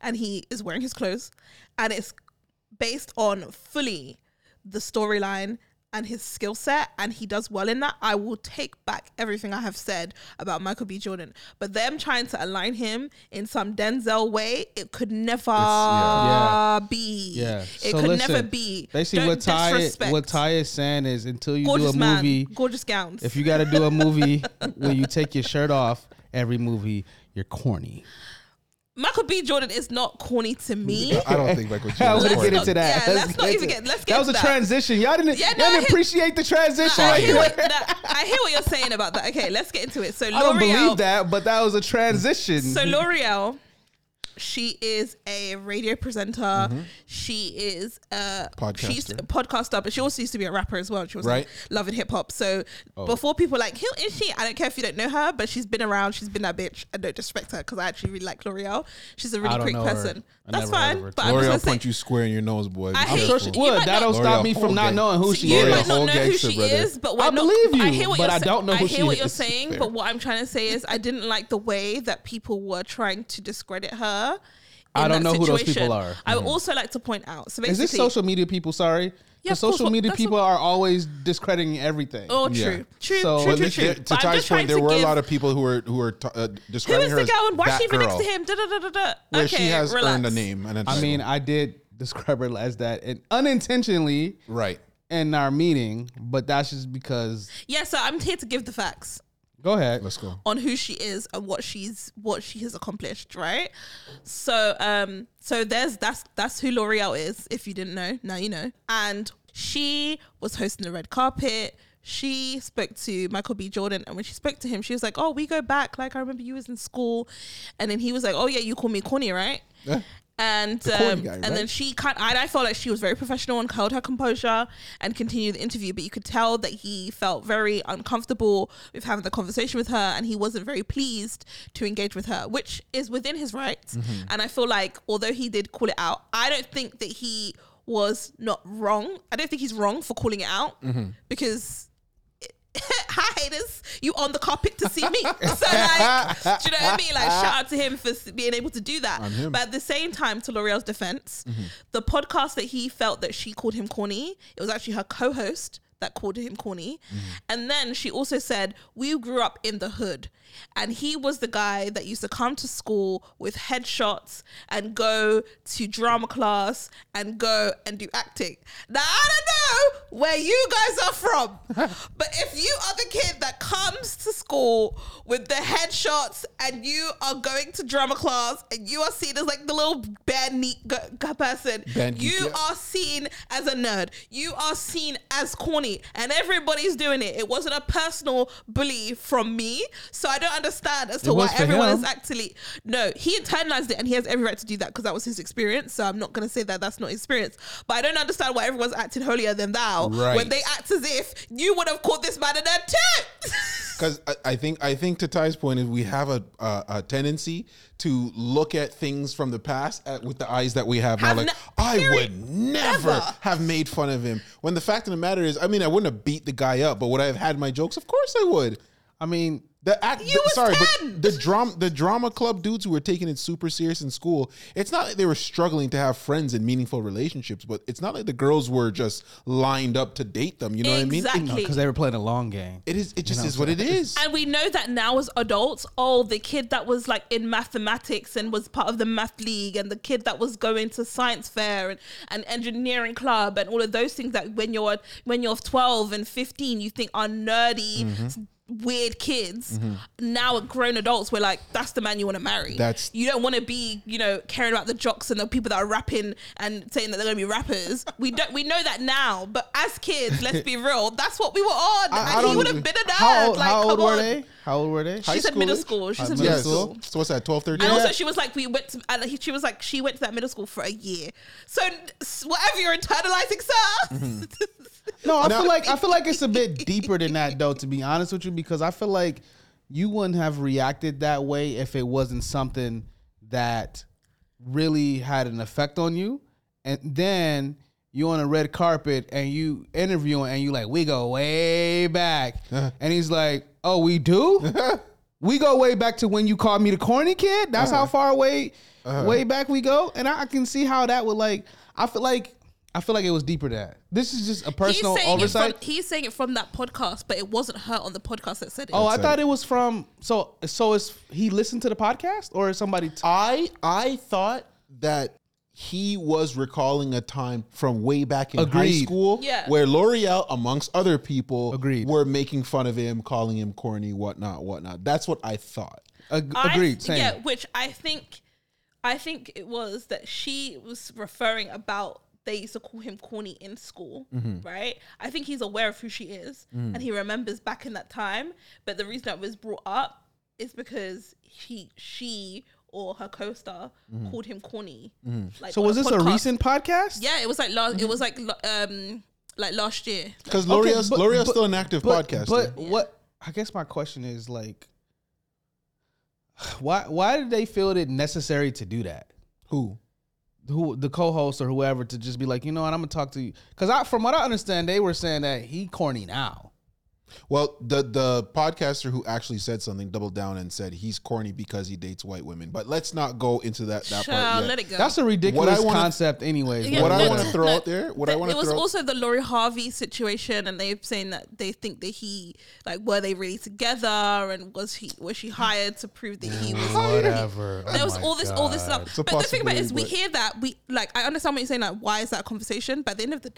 Speaker 1: and he is wearing his clothes, and it's based on fully the storyline and his skill set, and he does well in that, I will take back everything I have said about Michael B. Jordan. But them trying to align him in some Denzel way, it could never
Speaker 3: yeah.
Speaker 1: be.
Speaker 2: Yeah.
Speaker 1: It could never be.
Speaker 2: Basically,
Speaker 1: Don't
Speaker 2: what Ty
Speaker 1: disrespect.
Speaker 2: what Ty is saying is until you
Speaker 1: gorgeous
Speaker 2: do a movie,
Speaker 1: man, gorgeous gowns.
Speaker 2: if you got to do a movie where you take your shirt off every movie, you're corny.
Speaker 1: Michael B. Jordan is not corny to me.
Speaker 3: I don't think Michael Jordan.
Speaker 2: I want to
Speaker 1: Let's
Speaker 2: get
Speaker 1: not-
Speaker 2: into that.
Speaker 1: yeah, let's not even get- let's get
Speaker 2: that was
Speaker 1: to
Speaker 2: a
Speaker 1: that.
Speaker 2: transition. Y'all didn't.
Speaker 1: Yeah, no,
Speaker 2: y'all
Speaker 1: I
Speaker 2: didn't
Speaker 1: hit-
Speaker 2: appreciate the transition.
Speaker 1: I
Speaker 2: right
Speaker 1: hear,
Speaker 2: there.
Speaker 1: what, that, I hear what you're saying about that. Okay, let's get into it. So
Speaker 2: I don't
Speaker 1: L'Oreal,
Speaker 2: believe that, but that was a transition.
Speaker 1: so L'Oreal, She is a radio presenter.
Speaker 2: Mm-hmm.
Speaker 1: She is a She's a
Speaker 3: Podcaster.
Speaker 1: podcaster, but she also used to be a rapper as well. She was
Speaker 3: Right.
Speaker 1: like loving hip hop. So
Speaker 2: Oh.
Speaker 1: before people were like, who is she? I don't care if you don't know her, but she's been around. She's been that bitch. I don't disrespect her because I actually really like L'Oreal. She's a really
Speaker 2: don't
Speaker 1: great
Speaker 2: know her.
Speaker 1: person.
Speaker 2: I
Speaker 1: That's
Speaker 2: never heard of
Speaker 1: fine.
Speaker 2: her.
Speaker 1: But I'm
Speaker 3: L'Oreal
Speaker 1: just gonna
Speaker 3: punch
Speaker 1: say,
Speaker 3: you square in your nose, boy. Be
Speaker 1: I
Speaker 2: I'm
Speaker 1: hate-
Speaker 2: sure
Speaker 1: you might
Speaker 2: she would.
Speaker 1: not-
Speaker 2: That'll stop
Speaker 3: L'Oreal
Speaker 2: me from not
Speaker 3: Colgate.
Speaker 2: knowing who
Speaker 1: so
Speaker 2: she
Speaker 1: you
Speaker 2: is.
Speaker 1: might
Speaker 3: L'Oreal
Speaker 1: not know who
Speaker 3: gangster,
Speaker 1: she
Speaker 3: brother.
Speaker 1: is, but we're
Speaker 2: I
Speaker 1: not-
Speaker 2: believe you,
Speaker 1: I hear what
Speaker 2: but
Speaker 1: you're
Speaker 2: I
Speaker 1: sa-
Speaker 2: don't know who
Speaker 1: I hear
Speaker 2: she
Speaker 1: what you're
Speaker 2: is.
Speaker 1: saying,
Speaker 3: Fair.
Speaker 1: but what I'm trying to say is, I didn't like the way that people were trying to discredit her.
Speaker 2: I
Speaker 1: in that
Speaker 2: don't know who those
Speaker 1: situation.
Speaker 2: people are. Mm-hmm.
Speaker 1: I would also like to point out. So basically,
Speaker 2: Is this social media people? Sorry,
Speaker 1: Yeah,
Speaker 2: yeah,
Speaker 1: of course,
Speaker 2: social
Speaker 1: well,
Speaker 2: media
Speaker 1: that's
Speaker 2: people
Speaker 1: what-
Speaker 2: are always discrediting everything.
Speaker 1: Oh, true,
Speaker 3: Yeah.
Speaker 1: true, true,
Speaker 2: So- But
Speaker 1: true,
Speaker 3: There-
Speaker 2: this-
Speaker 1: true.
Speaker 3: there- to
Speaker 1: But I'm
Speaker 3: Ty's
Speaker 1: just trying
Speaker 3: point, there
Speaker 1: to
Speaker 3: were a
Speaker 1: give-
Speaker 3: lot of people who were who were t- uh,
Speaker 1: Who
Speaker 3: describing
Speaker 1: is
Speaker 3: her
Speaker 1: the
Speaker 3: as
Speaker 1: girl and why is
Speaker 3: that
Speaker 1: she even next
Speaker 3: girl,
Speaker 1: to him? Da, da, da, da, da.
Speaker 3: Where
Speaker 1: okay,
Speaker 3: she has
Speaker 1: relax.
Speaker 3: earned a name and a
Speaker 2: I
Speaker 3: title.
Speaker 2: mean, I did describe her as that, and unintentionally
Speaker 3: right?
Speaker 2: in our meeting, but that's just because.
Speaker 1: Yeah, so I'm here to give the facts.
Speaker 2: Go ahead.
Speaker 3: Let's go.
Speaker 1: on who she is and what she's what she has accomplished, right? So um so there's that's that's who L'Oreal is, if you didn't know, now you know. And she was hosting the red carpet. She spoke to Michael B. Jordan and when she spoke to him, she was like, Oh, we go back, like I remember you was in school and then he was like, Oh yeah, you call me corny, right?
Speaker 3: Yeah.
Speaker 1: And
Speaker 3: corny
Speaker 1: um,
Speaker 3: guy,
Speaker 1: and
Speaker 3: right?
Speaker 1: then she kind and I felt like she was very professional and held her composure and continued the interview, but you could tell that he felt very uncomfortable with having the conversation with her and he wasn't very pleased to engage with her, which is within his rights.
Speaker 3: Mm-hmm.
Speaker 1: And I feel like although he did call it out, I don't think that he was not wrong. I don't think he's wrong for calling it out
Speaker 3: Mm-hmm.
Speaker 1: because hi haters, you on the carpet to see me. so like, do you know what I mean? Like, shout out to him for s- being able to do that.
Speaker 3: him.
Speaker 1: But at the same time, to L'Oreal's defense, the podcast that he felt that she called him corny, it was actually her co-host that called him corny. And then she also said, "We grew up in the hood." And he was the guy that used to come to school with headshots and go to drama class and go and do acting. Now, I don't know where you guys are from, but if you are the kid that comes to school with the headshots and you are going to drama class and you are seen as like the little bare neat g- g- person,
Speaker 3: Bare neat,
Speaker 1: you
Speaker 3: yeah.
Speaker 1: are seen as a nerd. You are seen as corny, and everybody's doing it. It wasn't a personal bully from me, so I don't understand as to
Speaker 2: It
Speaker 1: why
Speaker 2: was for
Speaker 1: everyone
Speaker 2: him.
Speaker 1: is actually no. He internalized it, and he has every right to do that because that was his experience. So I'm not going to say that that's not his experience, but I don't understand why everyone's acting holier than thou when
Speaker 3: Right.
Speaker 1: they act as if you would have called this man a nerd too.
Speaker 3: Because I, I think I think to Ty's point is we have a, a a tendency to look at things from the past at, with the eyes that we have now.
Speaker 1: Have
Speaker 3: Like
Speaker 1: no-
Speaker 3: I
Speaker 1: period.
Speaker 3: would never
Speaker 1: Never.
Speaker 3: have made fun of him. When the fact of the matter is, I mean, I wouldn't have beat the guy up, but would I have had my jokes? Of course I would.
Speaker 2: I mean,
Speaker 3: The act, the-
Speaker 1: was
Speaker 3: sorry,
Speaker 1: 10.
Speaker 3: but the drama, the drama club dudes who were taking it super serious in school. It's not like they were struggling to have friends and meaningful relationships, but it's not like the girls were just lined up to date them. You know what I mean?
Speaker 1: Exactly.
Speaker 2: because they were playing a long game.
Speaker 3: It is. It just
Speaker 2: know,
Speaker 3: is what it is.
Speaker 1: And we know that now as adults, oh, the kid that was like in mathematics and was part of the math league, and the kid that was going to science fair and, and engineering club and all of those things that when you're when you're 12 and 15, you think are nerdy, s- weird kids. Now at grown adults, we're like, that's the man you want to marry.
Speaker 3: That's-
Speaker 1: you don't want to be, you know, caring about the jocks and the people that are rapping and saying that they're gonna be rappers. we don't we know that now, but as kids, let's be real, that's what we were on.
Speaker 3: I- I
Speaker 1: and he
Speaker 3: don't-
Speaker 1: would have been a nerd.
Speaker 2: How old,
Speaker 1: like,
Speaker 2: how old
Speaker 1: come
Speaker 2: were
Speaker 1: on.
Speaker 2: they? How old were they?
Speaker 1: She said middle school. She
Speaker 2: Uh,
Speaker 1: said
Speaker 2: middle
Speaker 1: middle
Speaker 3: Yes.
Speaker 1: school.
Speaker 3: So what's that? Twelve, thirteen.
Speaker 1: And also, she was like, we went to, and he- she was like, she went to that middle school for a year. So, s- whatever you're internalizing, sir.
Speaker 2: Mm-hmm. No, I
Speaker 3: Now-
Speaker 2: feel like I feel like it's a bit deeper than that, though. To be honest with you, because I feel like you wouldn't have reacted that way if it wasn't something that really had an effect on you. And then you on a red carpet and you interviewing and you like, we go way back, and he's like, oh, we do. We go way back to when you called me the corny kid. That's how far away, way back we go, and I, I can see how that would like. I feel like I feel like it was deeper than that. This is just a personal
Speaker 1: it from,
Speaker 2: oversight.
Speaker 1: he's saying it from that podcast, but it wasn't her on the podcast that said it.
Speaker 2: oh, I
Speaker 3: That's
Speaker 2: thought it was from. So so is he listened to the podcast or is somebody? T-
Speaker 3: I I thought that he was recalling a time from way back in high
Speaker 2: Agreed.
Speaker 3: school
Speaker 1: Yeah.
Speaker 3: where L'Oreal, amongst other people,
Speaker 2: Agreed.
Speaker 3: were making fun of him, calling him corny, whatnot, whatnot. That's what I thought.
Speaker 2: ag-
Speaker 1: I-
Speaker 2: agreed. Same.
Speaker 1: Yeah, which I think, I think it was that she was referring about they used to call him corny in school,
Speaker 2: Mm-hmm.
Speaker 1: right? I think he's aware of who she is
Speaker 2: Mm.
Speaker 1: and he remembers back in that time. But the reason that was brought up is because he, she or her co-star called him corny. Like,
Speaker 2: Mm-hmm. So
Speaker 1: on
Speaker 2: was this a
Speaker 1: podcast.
Speaker 2: recent Mm-hmm. podcast?
Speaker 1: Yeah, it was like last. It was like lo- um like last year.
Speaker 3: Because
Speaker 2: Okay,
Speaker 3: Loria's
Speaker 2: but-
Speaker 3: Loria's
Speaker 2: but-
Speaker 3: still an active
Speaker 2: but,
Speaker 3: podcaster.
Speaker 2: But what I guess my question is like why why did they feel it necessary to do that?
Speaker 3: Who?
Speaker 2: Who the co-host or whoever to just be like, you know what, I'm gonna talk to you because I from what I understand, they were saying that he corny now.
Speaker 3: Well, the the podcaster who actually said something doubled down and said he's corny because he dates white women. But let's not go into that that part
Speaker 1: Child,
Speaker 3: yet.
Speaker 1: let it go.
Speaker 2: That's a ridiculous
Speaker 3: wanna-
Speaker 2: concept, anyways.
Speaker 1: Yeah,
Speaker 3: what
Speaker 2: but
Speaker 3: I
Speaker 1: no,
Speaker 3: want to
Speaker 1: no,
Speaker 3: throw
Speaker 1: no.
Speaker 3: out there, what I
Speaker 1: Th-
Speaker 3: want
Speaker 1: it
Speaker 3: to
Speaker 1: was
Speaker 3: throw
Speaker 1: also the Lori Harvey situation, and they've saying that they think that he, like, were they really together, and was he was she hired to prove that he was?
Speaker 2: whatever. Oh
Speaker 1: There was
Speaker 2: my
Speaker 1: all this, all this
Speaker 2: God.
Speaker 1: stuff.
Speaker 3: a
Speaker 1: But the thing about it is, we
Speaker 3: possibility,
Speaker 1: hear that we like. I understand what you're saying. Like, why is that a conversation? But at the end of the,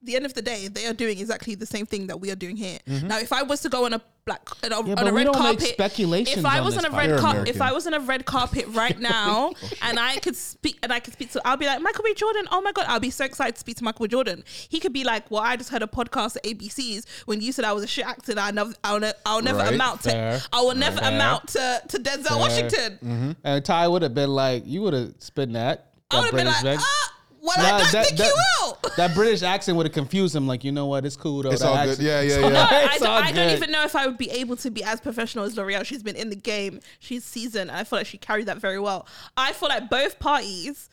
Speaker 1: the end of the day, they are doing exactly the same thing that we are doing here. Now, if I was to go on a black on a, on
Speaker 2: Mm-hmm. but
Speaker 1: a
Speaker 2: we
Speaker 1: red
Speaker 2: don't make
Speaker 1: carpet,
Speaker 2: speculations
Speaker 1: if I
Speaker 2: on
Speaker 1: was
Speaker 2: this
Speaker 1: on a
Speaker 2: podcast.
Speaker 1: red
Speaker 3: You're
Speaker 1: carpet,
Speaker 3: American.
Speaker 1: if I was on a red carpet right now, and I could speak, and I could speak to, I'll be like Michael B. Jordan. Oh my god, I'll be so excited to speak to Michael B. Jordan. He could be like, well, I just heard a podcast at ABC's when you said I was a shit actor. that I never, I'll, ne- I'll never
Speaker 3: Right.
Speaker 1: amount to,
Speaker 2: Fair.
Speaker 1: I will never
Speaker 2: Fair.
Speaker 1: amount to to Denzel Washington.
Speaker 2: And Ty would have been like, you would have spit that.
Speaker 1: I would have been
Speaker 2: British
Speaker 1: like,
Speaker 2: accent.
Speaker 1: ah, well,
Speaker 2: Nah,
Speaker 1: I don't think you will.
Speaker 2: that British accent would have confused him. Like, you know what? It's cool though.
Speaker 3: It's
Speaker 2: that
Speaker 3: all
Speaker 2: accent.
Speaker 3: good. Yeah, yeah, yeah.
Speaker 1: I,
Speaker 2: It's
Speaker 1: don't-
Speaker 2: all
Speaker 1: I don't
Speaker 2: good.
Speaker 1: even know if I would be able to be as professional as L'Oreal. She's been in the game. She's seasoned. And I feel like she carried that very well. I feel like both parties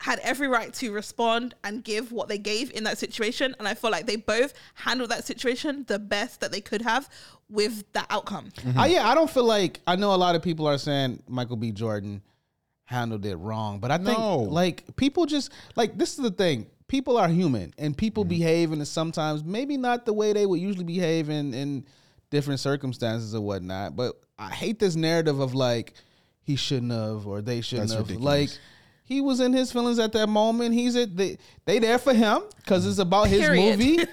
Speaker 1: had every right to respond and give what they gave in that situation. And I feel like they both handled that situation the best that they could have with the outcome.
Speaker 3: Mm-hmm.
Speaker 2: I, yeah, I don't feel like I know a lot of people are saying Michael B. Jordan handled it wrong, but I think
Speaker 3: No.
Speaker 2: like people just like this is the thing. People are human, and
Speaker 3: Mm-hmm.
Speaker 2: people behave in sometimes maybe not the way they would usually behave in in different circumstances or whatnot. But I hate this narrative of like he shouldn't have or they shouldn't
Speaker 3: That's
Speaker 2: have.
Speaker 3: ridiculous.
Speaker 2: Like he was in his feelings at that moment. He's at they they there for him because it's about his
Speaker 1: Period.
Speaker 2: movie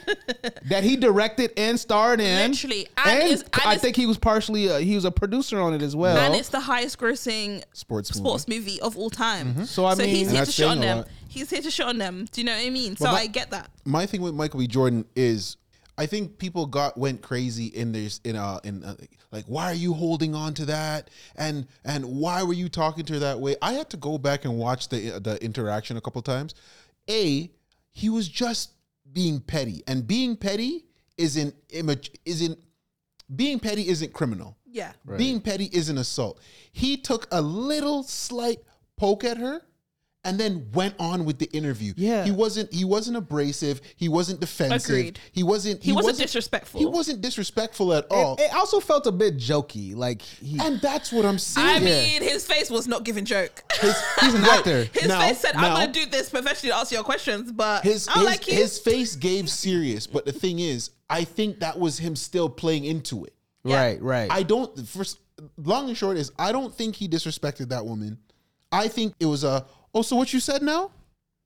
Speaker 2: that he directed and starred in.
Speaker 1: Literally.
Speaker 2: and,
Speaker 1: And it's- and
Speaker 2: I
Speaker 1: it's-
Speaker 2: think he was partially a, he was a producer on it as well.
Speaker 1: And it's the highest grossing
Speaker 3: Sports
Speaker 1: sports movie of all time.
Speaker 2: So, I mean-
Speaker 1: he's
Speaker 2: Mm-hmm. And
Speaker 1: here to
Speaker 3: that's
Speaker 1: shit
Speaker 3: saying
Speaker 1: on
Speaker 3: a
Speaker 1: them.
Speaker 3: lot.
Speaker 1: He's here to shit on them. Do you know what I mean? So
Speaker 3: my-
Speaker 1: I get that.
Speaker 3: my thing with Michael B. Jordan is I think people got went crazy in this in uh in uh, like why are you holding on to that and and why were you talking to her that way? I had to go back and watch the uh, the interaction a couple times. A he was just being petty and being petty isn't image isn't being petty isn't criminal.
Speaker 1: Yeah.
Speaker 3: Being petty is an assault. He took a little slight poke at her and then went on with the interview.
Speaker 2: Yeah.
Speaker 3: He wasn't he wasn't abrasive. He wasn't defensive.
Speaker 1: Agreed.
Speaker 3: He wasn't
Speaker 1: He wasn't disrespectful.
Speaker 3: He wasn't disrespectful at all.
Speaker 2: It, it also felt a bit jokey. Like he,
Speaker 3: and that's what I'm saying.
Speaker 1: I mean, his face was not giving joke.
Speaker 3: His-
Speaker 2: he's an actor.
Speaker 1: His
Speaker 3: Now-
Speaker 1: face said,
Speaker 3: now-
Speaker 1: "I'm gonna do this professionally to answer your questions, but
Speaker 3: his
Speaker 1: I don't
Speaker 3: his,
Speaker 1: like you."
Speaker 3: his face gave serious, but the thing is, I think that was him still playing into it.
Speaker 2: Right, right.
Speaker 3: I don't. First, long and short is I don't think he disrespected that woman. I think it was a. Oh, so what you said now,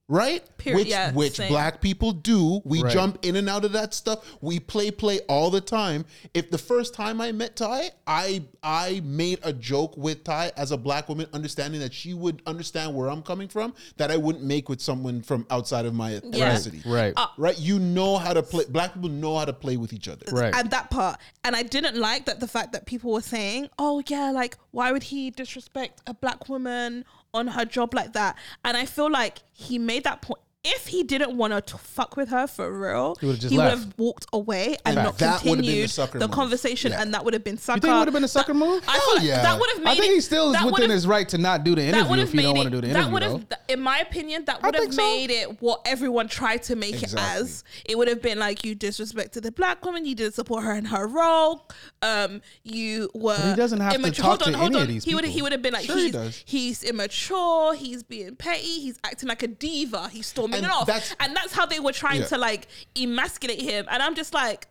Speaker 3: right?
Speaker 1: Period.
Speaker 3: Which
Speaker 1: Yeah,
Speaker 3: which
Speaker 1: same.
Speaker 3: black people do. We
Speaker 2: Right.
Speaker 3: jump in and out of that stuff. We play play all the time. If the first time I met Ty, I I made a joke with Ty as a black woman, understanding that she would understand where I'm coming from, that I wouldn't make with someone from outside of my ethnicity.
Speaker 2: right,
Speaker 1: Uh,
Speaker 3: Right? You know how to play. Black people know how to play with each other.
Speaker 2: right.
Speaker 1: and that part, and I didn't like that the fact that people were saying, "Oh yeah, like why would he disrespect a black woman on her job like that?" And I feel like he made that point. If he didn't want to fuck with her for real, he
Speaker 2: would've just
Speaker 1: would
Speaker 2: left.
Speaker 1: have walked away and
Speaker 3: Fact.
Speaker 1: not
Speaker 3: That would've been the
Speaker 1: continued
Speaker 3: sucker
Speaker 1: the,
Speaker 3: move.
Speaker 1: conversation,
Speaker 3: Yeah.
Speaker 1: and that would have been sucker.
Speaker 2: think it would've been a sucker
Speaker 1: That-
Speaker 2: move?
Speaker 1: I feel like
Speaker 3: yeah.
Speaker 1: that would have made.
Speaker 2: I think
Speaker 1: it-
Speaker 2: he still is
Speaker 1: that
Speaker 2: within
Speaker 1: would've-
Speaker 2: his right to not do the
Speaker 1: that
Speaker 2: interview
Speaker 1: would
Speaker 2: if
Speaker 1: have
Speaker 2: you
Speaker 1: made
Speaker 2: don't
Speaker 1: it.
Speaker 2: want to do the
Speaker 1: that
Speaker 2: interview.
Speaker 1: would
Speaker 2: though.
Speaker 1: have, in my opinion, that would
Speaker 2: think
Speaker 1: have
Speaker 2: so.
Speaker 1: made it what everyone tried to make
Speaker 3: Exactly.
Speaker 1: it as. It would have been like you disrespected the black woman, you didn't support her in her role. Um, you were.
Speaker 2: he doesn't have to talk to any of these
Speaker 1: He would
Speaker 2: people.
Speaker 1: he would have been like
Speaker 3: Sure he
Speaker 1: he's
Speaker 3: does.
Speaker 1: he's immature, he's being petty, he's acting like a diva, he's storming
Speaker 3: And
Speaker 1: it off,
Speaker 3: that's-
Speaker 1: and that's how they were trying
Speaker 3: Yeah.
Speaker 1: to like emasculate him. And I'm just like,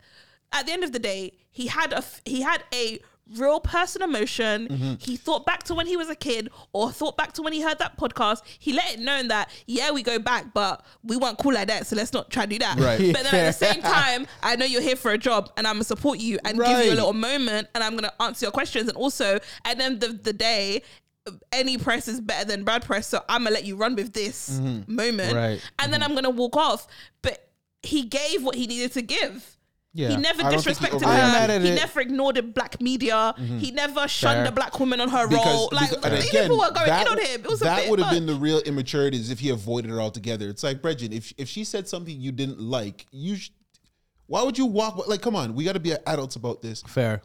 Speaker 1: at the end of the day, he had a f- he had a real person emotion.
Speaker 3: Mm-hmm.
Speaker 1: He thought back to when he was a kid, or thought back to when he heard that podcast. He let it known that yeah, we go back, but we weren't cool like that, so let's not try to do that.
Speaker 3: Right.
Speaker 1: But then at the same time, I know you're here for a job, and I'm gonna support you and give you
Speaker 2: Right.
Speaker 1: a little moment, and I'm gonna answer your questions, and also at the end of the day. Any press is better than bad press, so I'm gonna let you run with this moment,
Speaker 2: Right.
Speaker 1: and then I'm gonna walk off. But he gave what he needed to give.
Speaker 2: Yeah.
Speaker 1: He never
Speaker 3: I don't think he
Speaker 1: disrespected
Speaker 3: over-
Speaker 2: I'm mad
Speaker 1: her.
Speaker 2: at
Speaker 1: He
Speaker 2: it.
Speaker 1: never ignored black media. He never shunned
Speaker 2: Fair.
Speaker 1: a black woman on her
Speaker 3: Because-
Speaker 1: role. Like
Speaker 3: because- and
Speaker 1: these
Speaker 3: again,
Speaker 1: people were going
Speaker 3: that,
Speaker 1: in on him. It was a
Speaker 3: that
Speaker 1: bit
Speaker 3: would have
Speaker 1: much.
Speaker 3: been the real immaturity is if he avoided her altogether. It's like Bridget, if if she said something you didn't like, you sh- why would you walk? Like, come on, we got to be adults about this.
Speaker 2: Fair.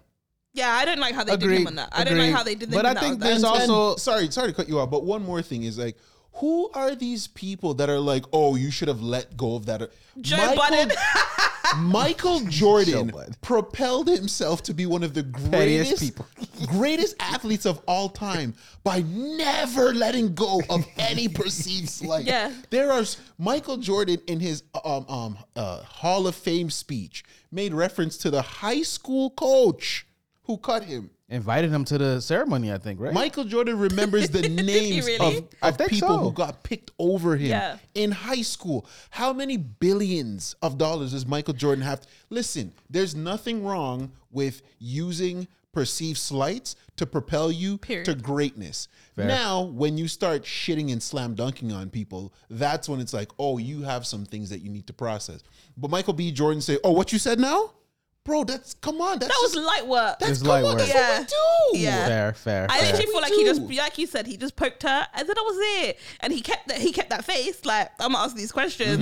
Speaker 1: Yeah, I didn't like how they did him
Speaker 2: Agreed.
Speaker 1: on that. I didn't like
Speaker 2: Agreed.
Speaker 1: how they did
Speaker 2: But
Speaker 1: him
Speaker 2: I
Speaker 1: on that.
Speaker 2: think
Speaker 1: on
Speaker 2: there's
Speaker 1: that.
Speaker 2: al- also-
Speaker 3: Uh, and, sorry, sorry to cut you off, but one more thing is like, who are these people that are like, oh, you should have let go of that?
Speaker 1: Joe Budden.
Speaker 3: Michael Jordan
Speaker 2: Joe Budden.
Speaker 3: propelled himself to be one of the
Speaker 2: Pettiest
Speaker 3: greatest
Speaker 2: people.
Speaker 3: greatest athletes of all time by never letting go of any perceived slight.
Speaker 1: Yeah.
Speaker 3: There are s- Michael Jordan in his um um uh, Hall of Fame speech made reference to the high school coach who cut him.
Speaker 2: Invited him to the ceremony, I think, right?
Speaker 3: Michael Jordan remembers the names
Speaker 1: really?
Speaker 3: of,
Speaker 2: I
Speaker 3: of
Speaker 2: think
Speaker 3: people
Speaker 2: so.
Speaker 3: who got picked over him
Speaker 1: Yeah.
Speaker 3: in high school. How many billions of dollars does Michael Jordan have? Listen, there's nothing wrong with using perceived slights to propel you to
Speaker 1: Period.
Speaker 3: greatness. Now, when you start shitting and slam dunking on people, that's when it's like, oh, you have some things that you need to process. But Michael B. Jordan say, oh, what you said now? Bro, that's come on. That's
Speaker 1: That was
Speaker 3: just-
Speaker 1: light work.
Speaker 3: that's
Speaker 2: It's
Speaker 3: come
Speaker 2: light
Speaker 3: on. That's
Speaker 2: work.
Speaker 3: what we do.
Speaker 1: Yeah.
Speaker 2: Fair, fair.
Speaker 1: I
Speaker 2: fair.
Speaker 1: literally feel like he
Speaker 3: do.
Speaker 1: just, like you said, he just poked her, and then that was it. And he kept that he kept that face. Like I'm gonna ask these questions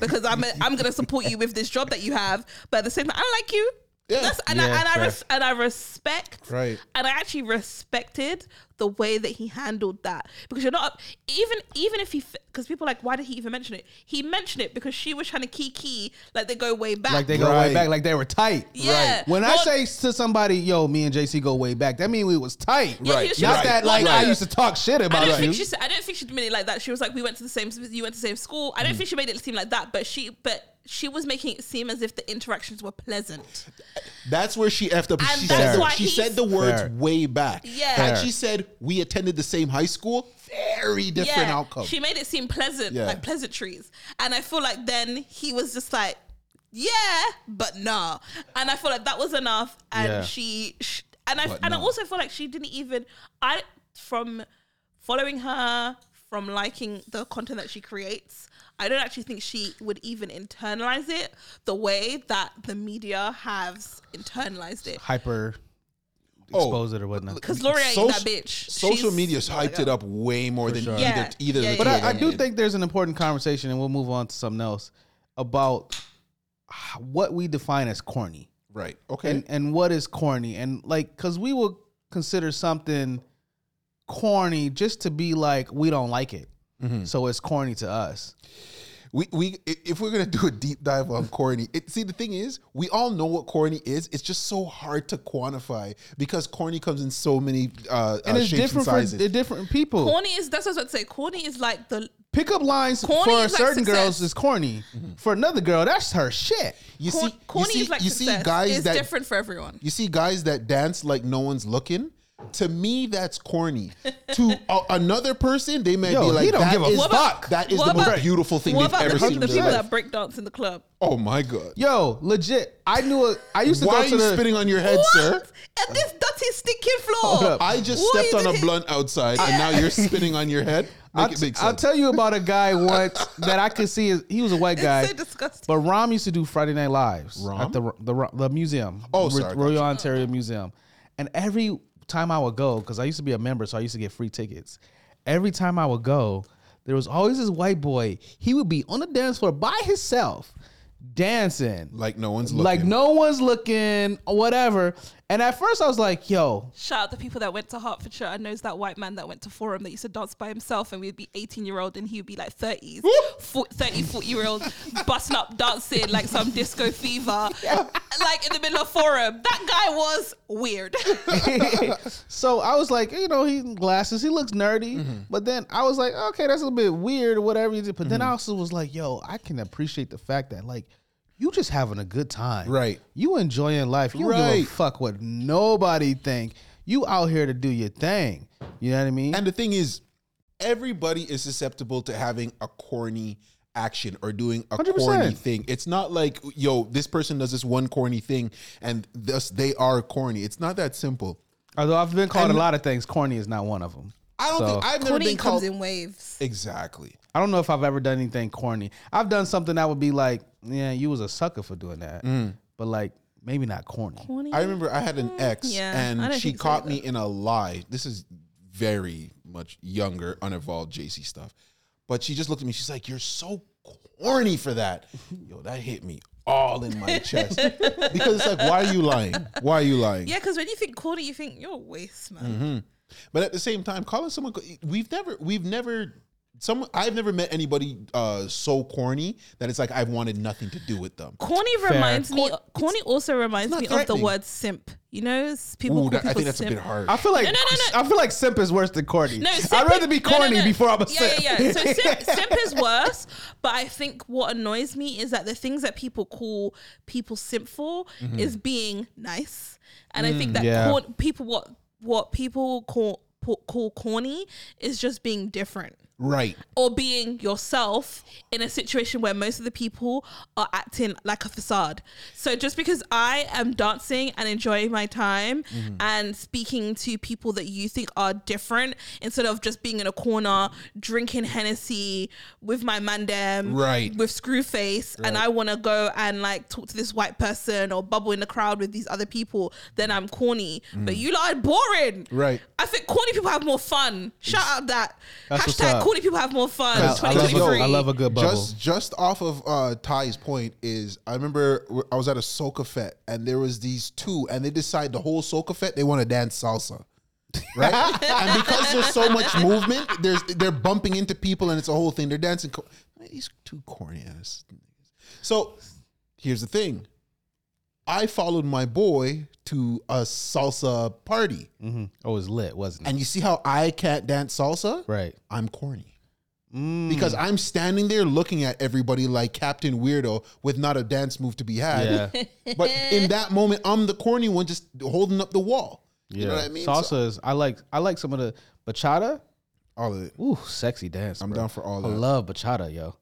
Speaker 1: because I'm a, I'm gonna support you with this job that you have, but at the same time, I don't like you.
Speaker 3: Yeah.
Speaker 1: That's, and
Speaker 2: Yeah,
Speaker 1: I and I,
Speaker 2: fair.
Speaker 1: res- and I respect
Speaker 3: Right.
Speaker 1: and I actually respected the way that he handled that because you're not even even if he because people are like why did he even mention it he mentioned it because she was trying to kiki like they go way back
Speaker 2: like they go
Speaker 3: Right.
Speaker 2: way back, like they were tight.
Speaker 1: Yeah. Right.
Speaker 2: When I
Speaker 1: Well-
Speaker 2: say to somebody, "Yo, me and JC go way back," that mean we was tight.
Speaker 1: Yeah, Right. she-
Speaker 2: Not
Speaker 1: right,
Speaker 2: that like
Speaker 1: right.
Speaker 2: I used to talk shit
Speaker 1: I
Speaker 2: about
Speaker 1: don't
Speaker 2: you.
Speaker 1: think she said. I don't think she made it like that. She was like, "We went to the same. You went to the same school." I don't think she made it seem like that. But she, but she was making it seem as if the interactions were pleasant.
Speaker 3: That's where she effed up.
Speaker 1: And
Speaker 3: she
Speaker 1: that's
Speaker 3: said,
Speaker 1: why
Speaker 3: she
Speaker 1: he's-
Speaker 3: said the words
Speaker 2: Fair.
Speaker 3: way back.
Speaker 1: Yeah.
Speaker 3: Had
Speaker 2: Fair.
Speaker 3: she said we attended the same high school, very different
Speaker 1: yeah,
Speaker 3: outcome.
Speaker 1: she made it seem pleasant,
Speaker 3: Yeah.
Speaker 1: like pleasantries. And I feel like then he was just like, "Yeah, but nah." And I feel like that was enough. And
Speaker 2: Yeah.
Speaker 1: she, sh- and I,
Speaker 3: But
Speaker 1: and I
Speaker 3: nah.
Speaker 1: also feel like she didn't even. I from following her, from liking the content that she creates, I don't actually think she would even internalize it the way that the media has internalized it.
Speaker 2: Hyper
Speaker 3: Oh,
Speaker 2: exposed it or whatnot.
Speaker 1: Because Laurie ain't that
Speaker 3: Soci-
Speaker 1: bitch.
Speaker 3: Social
Speaker 1: She's-
Speaker 3: media's hyped it up way more than either
Speaker 1: Yeah.
Speaker 3: either.
Speaker 1: Yeah,
Speaker 3: of the
Speaker 1: yeah,
Speaker 2: But
Speaker 3: two
Speaker 1: yeah,
Speaker 3: of
Speaker 2: I, I
Speaker 3: them
Speaker 2: do
Speaker 3: did.
Speaker 2: think there's an important conversation, and we'll move on to something else about h- what we define as corny.
Speaker 3: right. Okay.
Speaker 2: and and what is corny and like because we will consider something corny just to be like we don't like it
Speaker 3: Mm-hmm.
Speaker 2: so it's corny to us
Speaker 3: Uh, we we i- if we're gonna do a deep dive on corny, it, see the thing is, we all know what corny is. It's just so hard to quantify because corny comes in so many uh,
Speaker 2: and
Speaker 3: uh,
Speaker 2: it's
Speaker 3: shapes and
Speaker 2: different for
Speaker 3: sizes.
Speaker 2: the different people
Speaker 1: Corny is that's what I was about to say. Corny is like the
Speaker 2: pickup lines
Speaker 1: Corny
Speaker 2: for
Speaker 1: is like
Speaker 2: certain
Speaker 1: success.
Speaker 2: girls is corny
Speaker 3: Mm-hmm.
Speaker 2: for another girl that's her shit
Speaker 3: you
Speaker 1: corn,
Speaker 3: see,
Speaker 1: corny
Speaker 3: you see,
Speaker 1: is like
Speaker 3: you
Speaker 1: success.
Speaker 3: see guys
Speaker 1: it's
Speaker 3: that
Speaker 1: different for everyone.
Speaker 3: You see guys that dance like no one's looking. To me, that's corny. to a, another person, they may
Speaker 2: Yo,
Speaker 3: be
Speaker 2: he
Speaker 3: like,
Speaker 2: don't
Speaker 3: that
Speaker 2: give a
Speaker 3: is-
Speaker 2: What
Speaker 1: about-
Speaker 3: that is
Speaker 1: what
Speaker 3: the most
Speaker 1: about-
Speaker 3: beautiful thing
Speaker 1: what
Speaker 3: they've
Speaker 1: about the,
Speaker 3: ever seen in
Speaker 1: the
Speaker 3: their
Speaker 1: people
Speaker 3: life.
Speaker 1: that break dance in the club?
Speaker 3: Oh my god!
Speaker 2: yo legit i knew a, i used to
Speaker 3: Why are
Speaker 2: go
Speaker 3: you
Speaker 2: to the
Speaker 3: spitting on your head, sir?
Speaker 1: At this dirty stinking floor.
Speaker 2: up.
Speaker 3: I just
Speaker 1: What
Speaker 3: stepped
Speaker 1: you
Speaker 3: on a
Speaker 1: did-
Speaker 3: blunt outside, and now you're spitting on your head. Make
Speaker 2: I'll,
Speaker 3: it
Speaker 2: t-
Speaker 3: make sense.
Speaker 2: I'll tell you about a guy once that I could see. His, he was a white guy.
Speaker 1: so disgusting.
Speaker 2: But Rom used to do Friday Night Lives
Speaker 3: Rom?
Speaker 2: at the the, the museum.
Speaker 3: Oh,
Speaker 2: Ro-
Speaker 3: sorry,
Speaker 2: Royal Ontario Museum. And every time I would go, because I used to be a member, so I used to get free tickets. Every time I would go, there was always this white boy. He would be on the dance floor by himself, dancing
Speaker 3: like no one's looking.
Speaker 2: like no one's looking, whatever. And at first, I was like, "Yo,
Speaker 1: Shout out the people that went to Hertfordshire. I knows that white man that went to Forum that used to dance by himself, and we'd be 18 year old, and he would be like 30s, 40, 30, 40 year old, busting up dancing like some disco fever, like in the middle of Forum. That guy was weird.
Speaker 2: so I was like, you know, he glasses, he looks nerdy. But then I was like, okay, that's a little bit weird or whatever you did. But then I also was like, yo, I can appreciate the fact that like you just having a good time.
Speaker 3: Right.
Speaker 2: You enjoying life. You don't give
Speaker 3: Right.
Speaker 2: a fuck what nobody think. You out here to do your thing. You know what I mean?
Speaker 3: And the thing is, everybody is susceptible to having a corny action or doing a
Speaker 2: 100%.
Speaker 3: corny thing. It's not like, yo, this person does this one corny thing and thus they are corny. It's not that simple.
Speaker 2: Although I've been called
Speaker 3: and-
Speaker 2: a lot of things, corny is not one of them.
Speaker 3: I don't
Speaker 2: So-
Speaker 3: think I've never been called
Speaker 1: waves.
Speaker 3: exactly.
Speaker 2: I don't know if I've ever done anything corny. I've done something that would be like, yeah, you was a sucker for doing that. but like maybe not corny.
Speaker 1: Corny?
Speaker 3: I remember I had an ex
Speaker 1: Mm, yeah, I
Speaker 3: and
Speaker 1: don't
Speaker 3: she
Speaker 1: think so
Speaker 3: caught
Speaker 1: either.
Speaker 3: me in a lie. This is very much younger, uninvolved JC stuff. But she just looked at me. She's like, You're so corny for that. Yo, that hit me all in my chest. because it's like, Why are you lying? Why are you lying?
Speaker 1: Yeah, because when you think corny, you think you're a waste, man.
Speaker 3: But at the same time, calling someone co- we've never we've never some I've never met anybody uh so corny that it's like I've wanted nothing to do with them.
Speaker 1: Corny reminds me. Corny also reminds
Speaker 3: not
Speaker 1: me of the
Speaker 3: threatening.
Speaker 1: word simp. You know, s- people. call
Speaker 3: Ooh, that, I
Speaker 1: people
Speaker 3: think that's
Speaker 1: simp.
Speaker 3: a bit hard.
Speaker 2: I feel like
Speaker 1: No, no, no,
Speaker 2: I feel like simp is worse than corny.
Speaker 1: No,
Speaker 2: I'd
Speaker 1: simp
Speaker 2: rather
Speaker 1: is-
Speaker 2: be
Speaker 1: no, no,
Speaker 2: corny
Speaker 1: no.
Speaker 2: before I'm a
Speaker 1: yeah,
Speaker 2: simp.
Speaker 1: Yeah, yeah. So simp, simp is worse, but I think what annoys me is that the things that people call people simp for is being nice, and I think that
Speaker 2: yeah.
Speaker 1: corn, people what what people call po- call corny is just being different
Speaker 3: Right.
Speaker 1: or being yourself in a situation where most of the people are acting like a facade. So just because I am dancing and enjoying my time
Speaker 3: Mm-hmm.
Speaker 1: and speaking to people that you think are different instead of just being in a corner drinking Hennessy with my mandem
Speaker 3: Right.
Speaker 1: with Screwface and I want to go and like talk to this white person or bubble in the crowd with these other people, then I'm corny. But you lot are boring.
Speaker 3: Mm. Right.
Speaker 1: I think corny people have more fun. Shout out that.
Speaker 2: That's what's
Speaker 1: Hashtag
Speaker 2: up.
Speaker 1: corny people have more fun.
Speaker 2: I, I love a,
Speaker 1: 2023.
Speaker 2: I love a good bubble.
Speaker 3: Just just off of uh, Ty's point is I remember w- I was at a soca fet and there was these two and they decide the whole soca fet they want to dance salsa. Right? and because there's so much movement, there's they're bumping into people and it's a whole thing. They're dancing co- these two corny ass niggas. So here's the thing. I followed my boy to a salsa party.
Speaker 2: Mhm. Oh, it was lit, wasn't it?
Speaker 3: And you see how I can't dance salsa?
Speaker 2: right.
Speaker 3: I'm corny. Because I'm standing there looking at everybody like Captain Weirdo with not a dance move to be had.
Speaker 2: Yeah.
Speaker 3: but in that moment, I'm the corny one just holding up the wall. You know what I mean? So-
Speaker 2: Salsa is. I like. I like some of the bachata.
Speaker 3: all of it.
Speaker 2: Ooh, sexy dance.
Speaker 3: I'm
Speaker 2: bro.
Speaker 3: down for all
Speaker 2: I
Speaker 3: that.
Speaker 2: love bachata, yo.